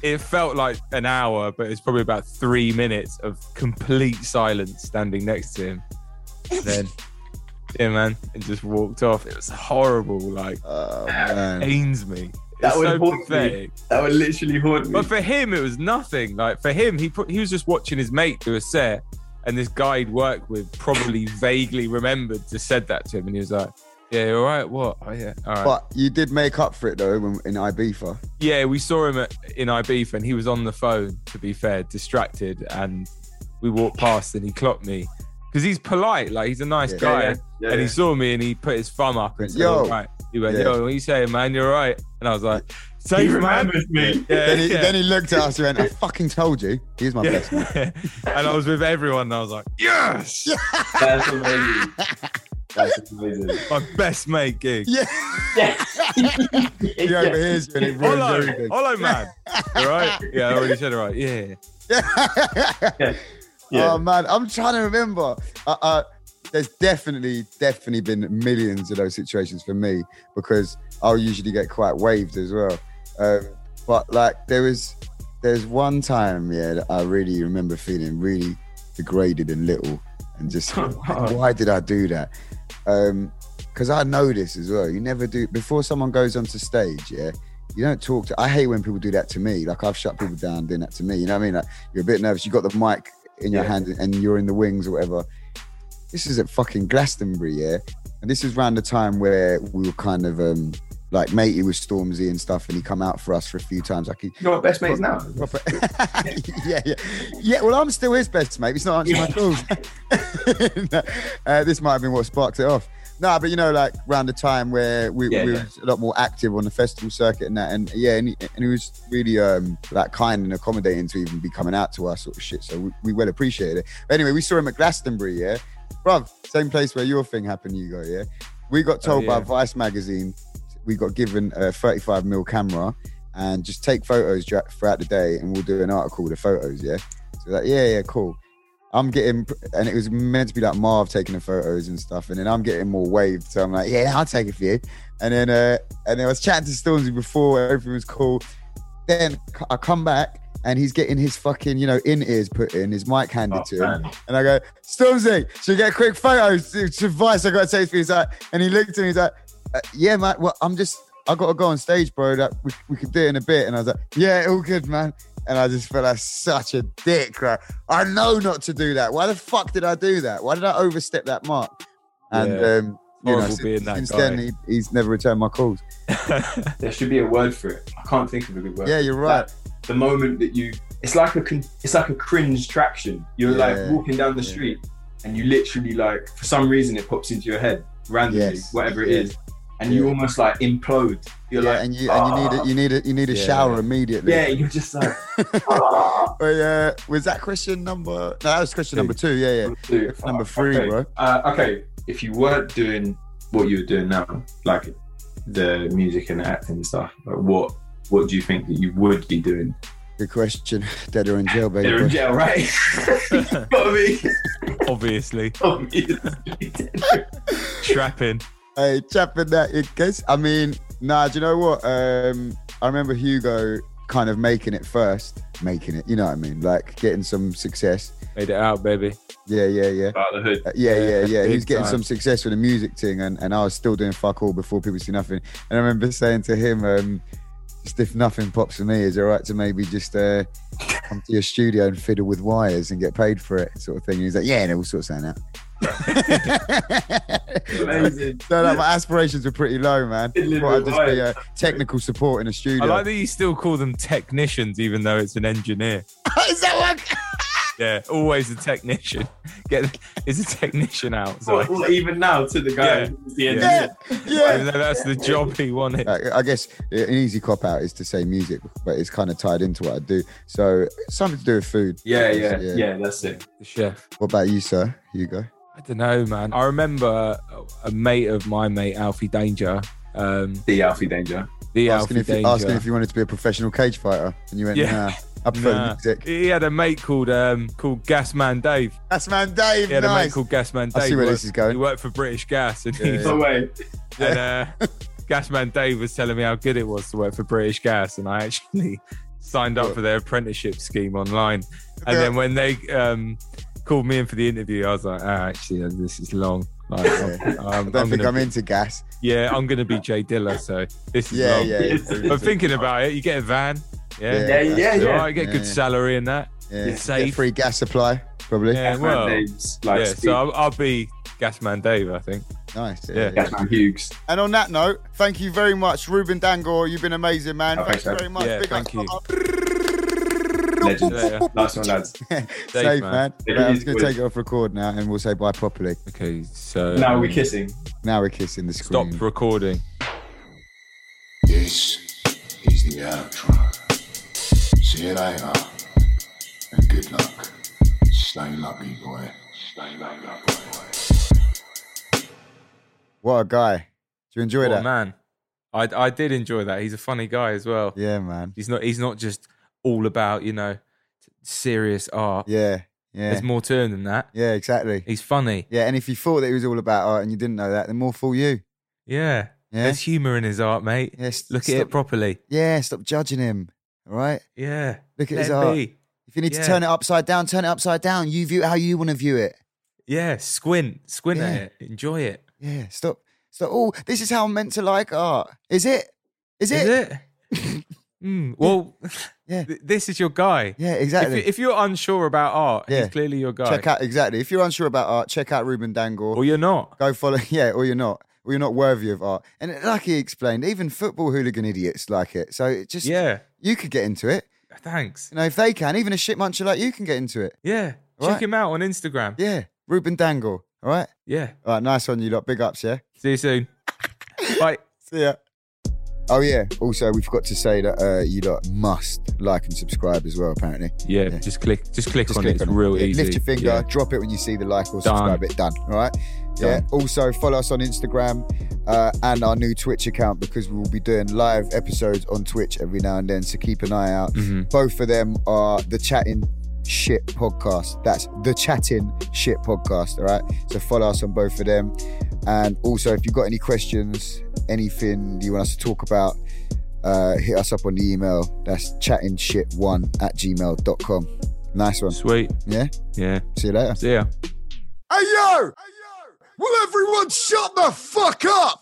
S2: it felt like an hour, but it's probably about three minutes of complete silence standing next to him. And
S6: [LAUGHS]
S2: then, yeah, man, and just walked off. It was horrible. Like,
S1: Oh man.
S2: pains me.
S6: That
S2: It's
S6: would
S2: so
S6: haunt me.
S2: pathetic.
S6: That would literally haunt me.
S2: But for him, it was nothing. Like for him, he put, he was just watching his mate do a set, and this guy he'd worked with probably vaguely remembered to said that to him, and he was like, "Yeah, all right, what? Oh yeah, all right."
S1: But you did make up for it though when, in Ibiza.
S2: yeah, we saw him at, in Ibiza, and he was on the phone. To be fair, distracted, and we walked past, and he clocked me because he's polite. Like he's a nice
S1: Yeah.
S2: guy,
S6: Yeah, yeah, yeah,
S2: and
S6: yeah.
S2: he saw me, and he put his thumb up and said,
S1: Yo.
S2: "All right." He went,
S1: Yeah.
S2: "Yo, what you saying, man? You're right." And I was like,
S6: he
S2: "Safe, man."
S6: remembers me.
S2: Yeah,
S1: Then he,
S2: yeah.
S1: then he looked at us and [LAUGHS] went, I fucking told you. He's my best man.
S2: Yeah. [LAUGHS] and I was with everyone, and I was like, yes,
S6: That's amazing. That's
S2: [LAUGHS]
S6: amazing.
S2: my best mate gig.
S1: [LAUGHS] Yeah.
S6: Yeah.
S1: He
S6: Yeah.
S1: overhears you and it ruins
S2: Hello,
S1: everything. [LAUGHS]
S2: hello, man. All right, yeah, I already said all right. Yeah,
S6: Yeah.
S2: um,
S1: Oh man, I'm trying to remember. Uh, uh, there's definitely, definitely been millions of those situations for me because I'll usually get quite waved as well. Um, but like there was, there's one time, yeah, that I really remember feeling really degraded and little, and just why did I do that? Because I know this as well. You never do before someone goes onto stage, yeah. You don't talk to. I hate when people do that to me. Like I've shut people down doing that to me. You know what I mean? Like you're a bit nervous. You got the mic in your hand and you're in the wings or whatever. This is at fucking Glastonbury, yeah. And this is around the time where we were kind of um like matey with Stormzy and stuff, and he come out for us for a few times. Like he
S6: You're my best mates now.
S1: proper, [LAUGHS] yeah, yeah, yeah. Well, I'm still his best mate. He's not answering my calls. [LAUGHS] No, uh, this might have been what sparked it off. No, but you know, like around the time where we,
S6: Yeah,
S1: we
S6: yeah.
S1: was a lot more active on the festival circuit and that, and yeah, and he, and he was really um like kind and accommodating to even be coming out to us sort of shit. So we, we well appreciated it. But anyway, we saw him at Glastonbury, yeah, bruv, same place where your thing happened, you go, yeah. We got told
S2: yeah.
S1: by Vice magazine we got given a 35 mil camera and just take photos dra- throughout the day and we'll do an article with the photos yeah so like yeah yeah cool i'm getting and it was meant to be like marv taking the photos and stuff and then i'm getting more waved so i'm like yeah i'll take it for you and then uh and then i was chatting to stormzy before everything was cool then c- i come back and he's getting his fucking, you know, in ears put in, his mic handed
S6: Oh,
S1: to him.
S6: man.
S1: And I go, Stormzy, should we get a quick photo? Advice I got to take for you. He's like, and he looked at me, he's like, uh, yeah, man. Well, I'm just, I got to go on stage, bro. Like, we, we could do it in a bit. And I was like, yeah, all good, man. And I just felt like such a dick. Like, I know not to do that. Why the fuck did I do that? Why did I overstep that mark? And,
S2: Yeah.
S1: um, you know,
S2: Horrible
S1: since,
S2: being that
S1: since
S2: guy.
S1: then, he, he's never returned my calls.
S6: There should be a word for it. I can't think of a good word.
S1: Yeah, you're right.
S6: That- the moment that you, it's like a, con- it's like a cringe traction. You're
S1: Yeah.
S6: like walking down the street, and you literally like, for some reason, it pops into your head randomly,
S1: Yes.
S6: whatever it
S1: Yeah.
S6: is, and you
S1: Yeah.
S6: almost like implode. You're
S1: yeah,
S6: like,
S1: and you and you need
S6: "Ah."
S1: a, you need a, you need a
S2: Yeah.
S1: shower immediately.
S6: Yeah, you're just like,
S1: [LAUGHS]
S6: "Ah."
S1: But, uh, was that question number? No, that was question
S2: Two.
S1: number two. Yeah, yeah.
S6: Dude,
S1: That's number
S6: fuck.
S1: three,
S6: Okay.
S1: bro.
S6: Uh, okay, if you weren't doing what you're doing now, like the music and the acting and stuff, like what what do you think that you would be doing?
S1: Good question. [LAUGHS] Dead or in jail, baby.
S6: They're in jail,
S1: [LAUGHS]
S6: right? [LAUGHS] Gotta be.
S2: yeah. Obviously,
S6: Obviously. [LAUGHS]
S2: trapping.
S1: Hey, chapping that in case. I mean, nah, do you know what? Um, I remember Hugo kind of making it first, making it, you know what I mean? Like getting some success.
S2: Made it out, baby.
S1: Yeah, yeah, yeah.
S6: Out of the hood.
S1: Uh, yeah, yeah, yeah. He
S2: big
S1: was getting
S2: time.
S1: some success with the music thing, and, and I was still doing fuck all before people see nothing. And I remember saying to him, um, just if nothing pops for me, is it all right to maybe just uh, come to your studio and fiddle with wires and get paid for it, sort of thing? And he's like, yeah, and it all sorts out.
S6: [LAUGHS]
S1: [LAUGHS]
S6: Amazing.
S1: so like, my aspirations were pretty low, man.
S6: Fiddling
S1: Thought I'd
S6: with
S1: just be uh,
S6: wires.
S1: technical support in a studio.
S2: I like that you still call them technicians, even though it's an engineer.
S1: [LAUGHS] Is that what?
S2: Yeah, always a technician. [LAUGHS] Get is a technician out. So,
S6: Or, or even now to the guy.
S2: Yeah.
S6: who's the
S2: Yeah.
S6: engineer.
S2: even
S1: Oh, Yeah.
S2: though that's the job he wanted.
S1: Like, I guess an easy cop out is to say music, but it's kind of tied into what I do. So something to do with food.
S6: Yeah. Yeah, yeah, that's it.
S2: The chef.
S1: What about you, sir? Hugo.
S2: I don't know, man. I remember a- a mate of my mate, Alfie Danger. Um,
S6: The Alfie Danger.
S2: the
S1: asking
S2: Alfie
S1: if, you,
S2: Danger.
S1: asking if you wanted to be a professional cage fighter, and you went,
S2: Yeah.
S1: "Nah, I prefer
S2: Nah.
S1: music."
S2: He had a mate called um, called Gasman Dave.
S1: That's man, Dave.
S2: He had a mate
S1: nice.
S2: called Gasman Dave.
S1: I see where
S2: He
S1: this
S2: worked-
S1: is going.
S2: He worked for British Gas, and, he,
S6: No way.
S2: and uh, Gasman Dave was telling me how good it was to work for British Gas, and I actually [LAUGHS] signed up for their apprenticeship scheme online. And then when they um, called me in for the interview, I was like, ah, actually, uh, this is long. Like, I'm,
S1: [LAUGHS] I
S2: I'm,
S1: don't
S2: I'm
S1: think I'm
S2: gonna
S1: into gas.
S2: yeah, I'm gonna be Jay Dilla, so this is
S1: Yeah,
S2: long.
S1: yeah, yeah.
S2: But thinking about it, you get a van, yeah,
S1: Yeah,
S6: yeah,
S2: You
S6: yeah.
S2: alright, get a good
S1: Yeah.
S2: salary in that.
S1: Yeah.
S2: It's
S1: Get
S2: safe.
S1: free gas supply, probably.
S2: Yeah, well, yeah.
S6: names like
S2: So I'll, I'll be Gasman Dave, I think.
S1: Nice.
S2: Yeah.
S6: Gasman Hughes.
S1: And on that note, thank you very much, Ruben Dangor. You've been amazing, man.
S6: Oh,
S1: Thanks
S6: thanks, man.
S1: very much.
S2: Yeah,
S1: Big
S2: thank
S1: ups.
S6: Legend.
S2: Yeah.
S6: Nice one, lads.
S1: [LAUGHS] Safe,
S2: man.
S1: man.
S6: Yeah,
S1: Right, I'm
S6: he's
S1: just going to
S6: good.
S1: take it off record now and we'll say bye properly.
S2: Okay, so
S6: Now we're
S2: um,
S6: kissing.
S1: Now we're kissing the
S2: Stop
S1: screen.
S2: recording.
S3: This is the outro. See you later. And good luck. Stay lucky, boy. Stay lucky, boy.
S1: What a guy. Do you enjoy
S2: What a
S1: that?
S2: man, I I did enjoy that. He's a funny guy as well.
S1: Yeah, man.
S2: He's not he's not just all about you know serious art.
S1: Yeah, yeah.
S2: There's more to him than that.
S1: Yeah, exactly.
S2: He's funny.
S1: Yeah, and if you thought that it was all about art and you didn't know that, then more fool you.
S2: Yeah.
S1: Yeah.
S2: There's humor in his art, mate.
S1: Yes.
S2: Look at
S1: stop,
S2: it properly.
S1: Yeah, stop judging him. All right.
S2: Yeah.
S1: Look at
S2: Let
S1: his
S2: it
S1: art.
S2: be.
S1: If you need to
S2: Yeah.
S1: turn it upside down, turn it upside down. You view it how you want to view it.
S2: Yeah. Squint. Squint at
S1: Yeah.
S2: it. Enjoy it.
S1: Yeah. Stop. Stop. Oh, this is how I'm meant to like art. Is it? Is it?
S2: Is it? [LAUGHS] Mm, well,
S1: [LAUGHS] Yeah.
S2: th- this is your guy.
S1: Yeah,
S2: If,
S1: exactly.
S2: you- if you're unsure about art,
S1: Yeah.
S2: he's clearly your guy.
S1: check out exactly. If you're unsure about art, check out Ruben Dangor.
S2: Or you're not.
S1: Go follow. [LAUGHS] Yeah, or you're not. Or you're not worthy of art. And like he explained, even football hooligan idiots like it. So it just
S2: Yeah.
S1: you could get into it.
S2: Thanks.
S1: You know, if they can, even a shit muncher like you can get into it.
S2: Yeah.
S1: Right.
S2: Check him out on Instagram.
S1: Yeah, Ruben Dangle. All right.
S2: yeah.
S1: All right. Nice one, you lot. Big ups. Yeah.
S2: See
S1: [LAUGHS]
S2: you soon. Bye.
S1: See ya. Oh yeah. Also, we forgot to say that uh, you lot must like and subscribe as well. Apparently,
S2: Yeah, just click just click
S1: Just
S2: on
S1: click
S2: it. It's
S1: on
S2: real
S1: Yeah,
S2: easy.
S1: Lift your finger,
S2: Yeah.
S1: drop it when you see the like or
S2: Done.
S1: subscribe. It done. All right. Yeah. Also, follow us on Instagram uh, and our new Twitch account because we will be doing live episodes on Twitch every now and then. So keep an eye out.
S2: Mm-hmm. Mm.
S1: Both of them are the chatting shit podcast. That's the chatting shit podcast. All right. So follow us on both of them. And also, if you've got any questions, anything you want us to talk about, uh, hit us up on the email. That's chattingshit1 at gmail.com. Nice one.
S2: Sweet.
S1: Yeah.
S2: Yeah.
S1: See you later.
S2: See ya.
S5: Hey yo! Will everyone shut the fuck up?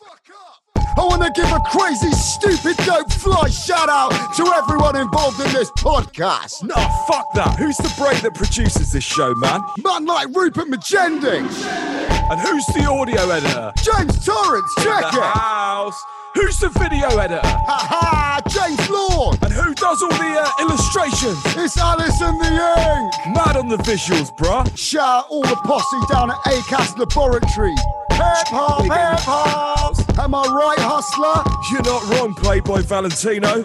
S5: I want to give a crazy, stupid, dope fly shout out to everyone involved in this podcast. No, fuck that. Who's the brain that produces this show, man? Man like Rupert Magending. And who's the audio editor? James Torrance, check it. House. Who's the video editor? Ha ha, James Lord. And who does all the uh, illustrations? It's Alison the Ink. Mad on the visuals, bruh. Shout out all the posse down at ACAS Laboratory. Hip hop, hip hop. Am I right, hustler? You're not wrong, Playboy Valentino.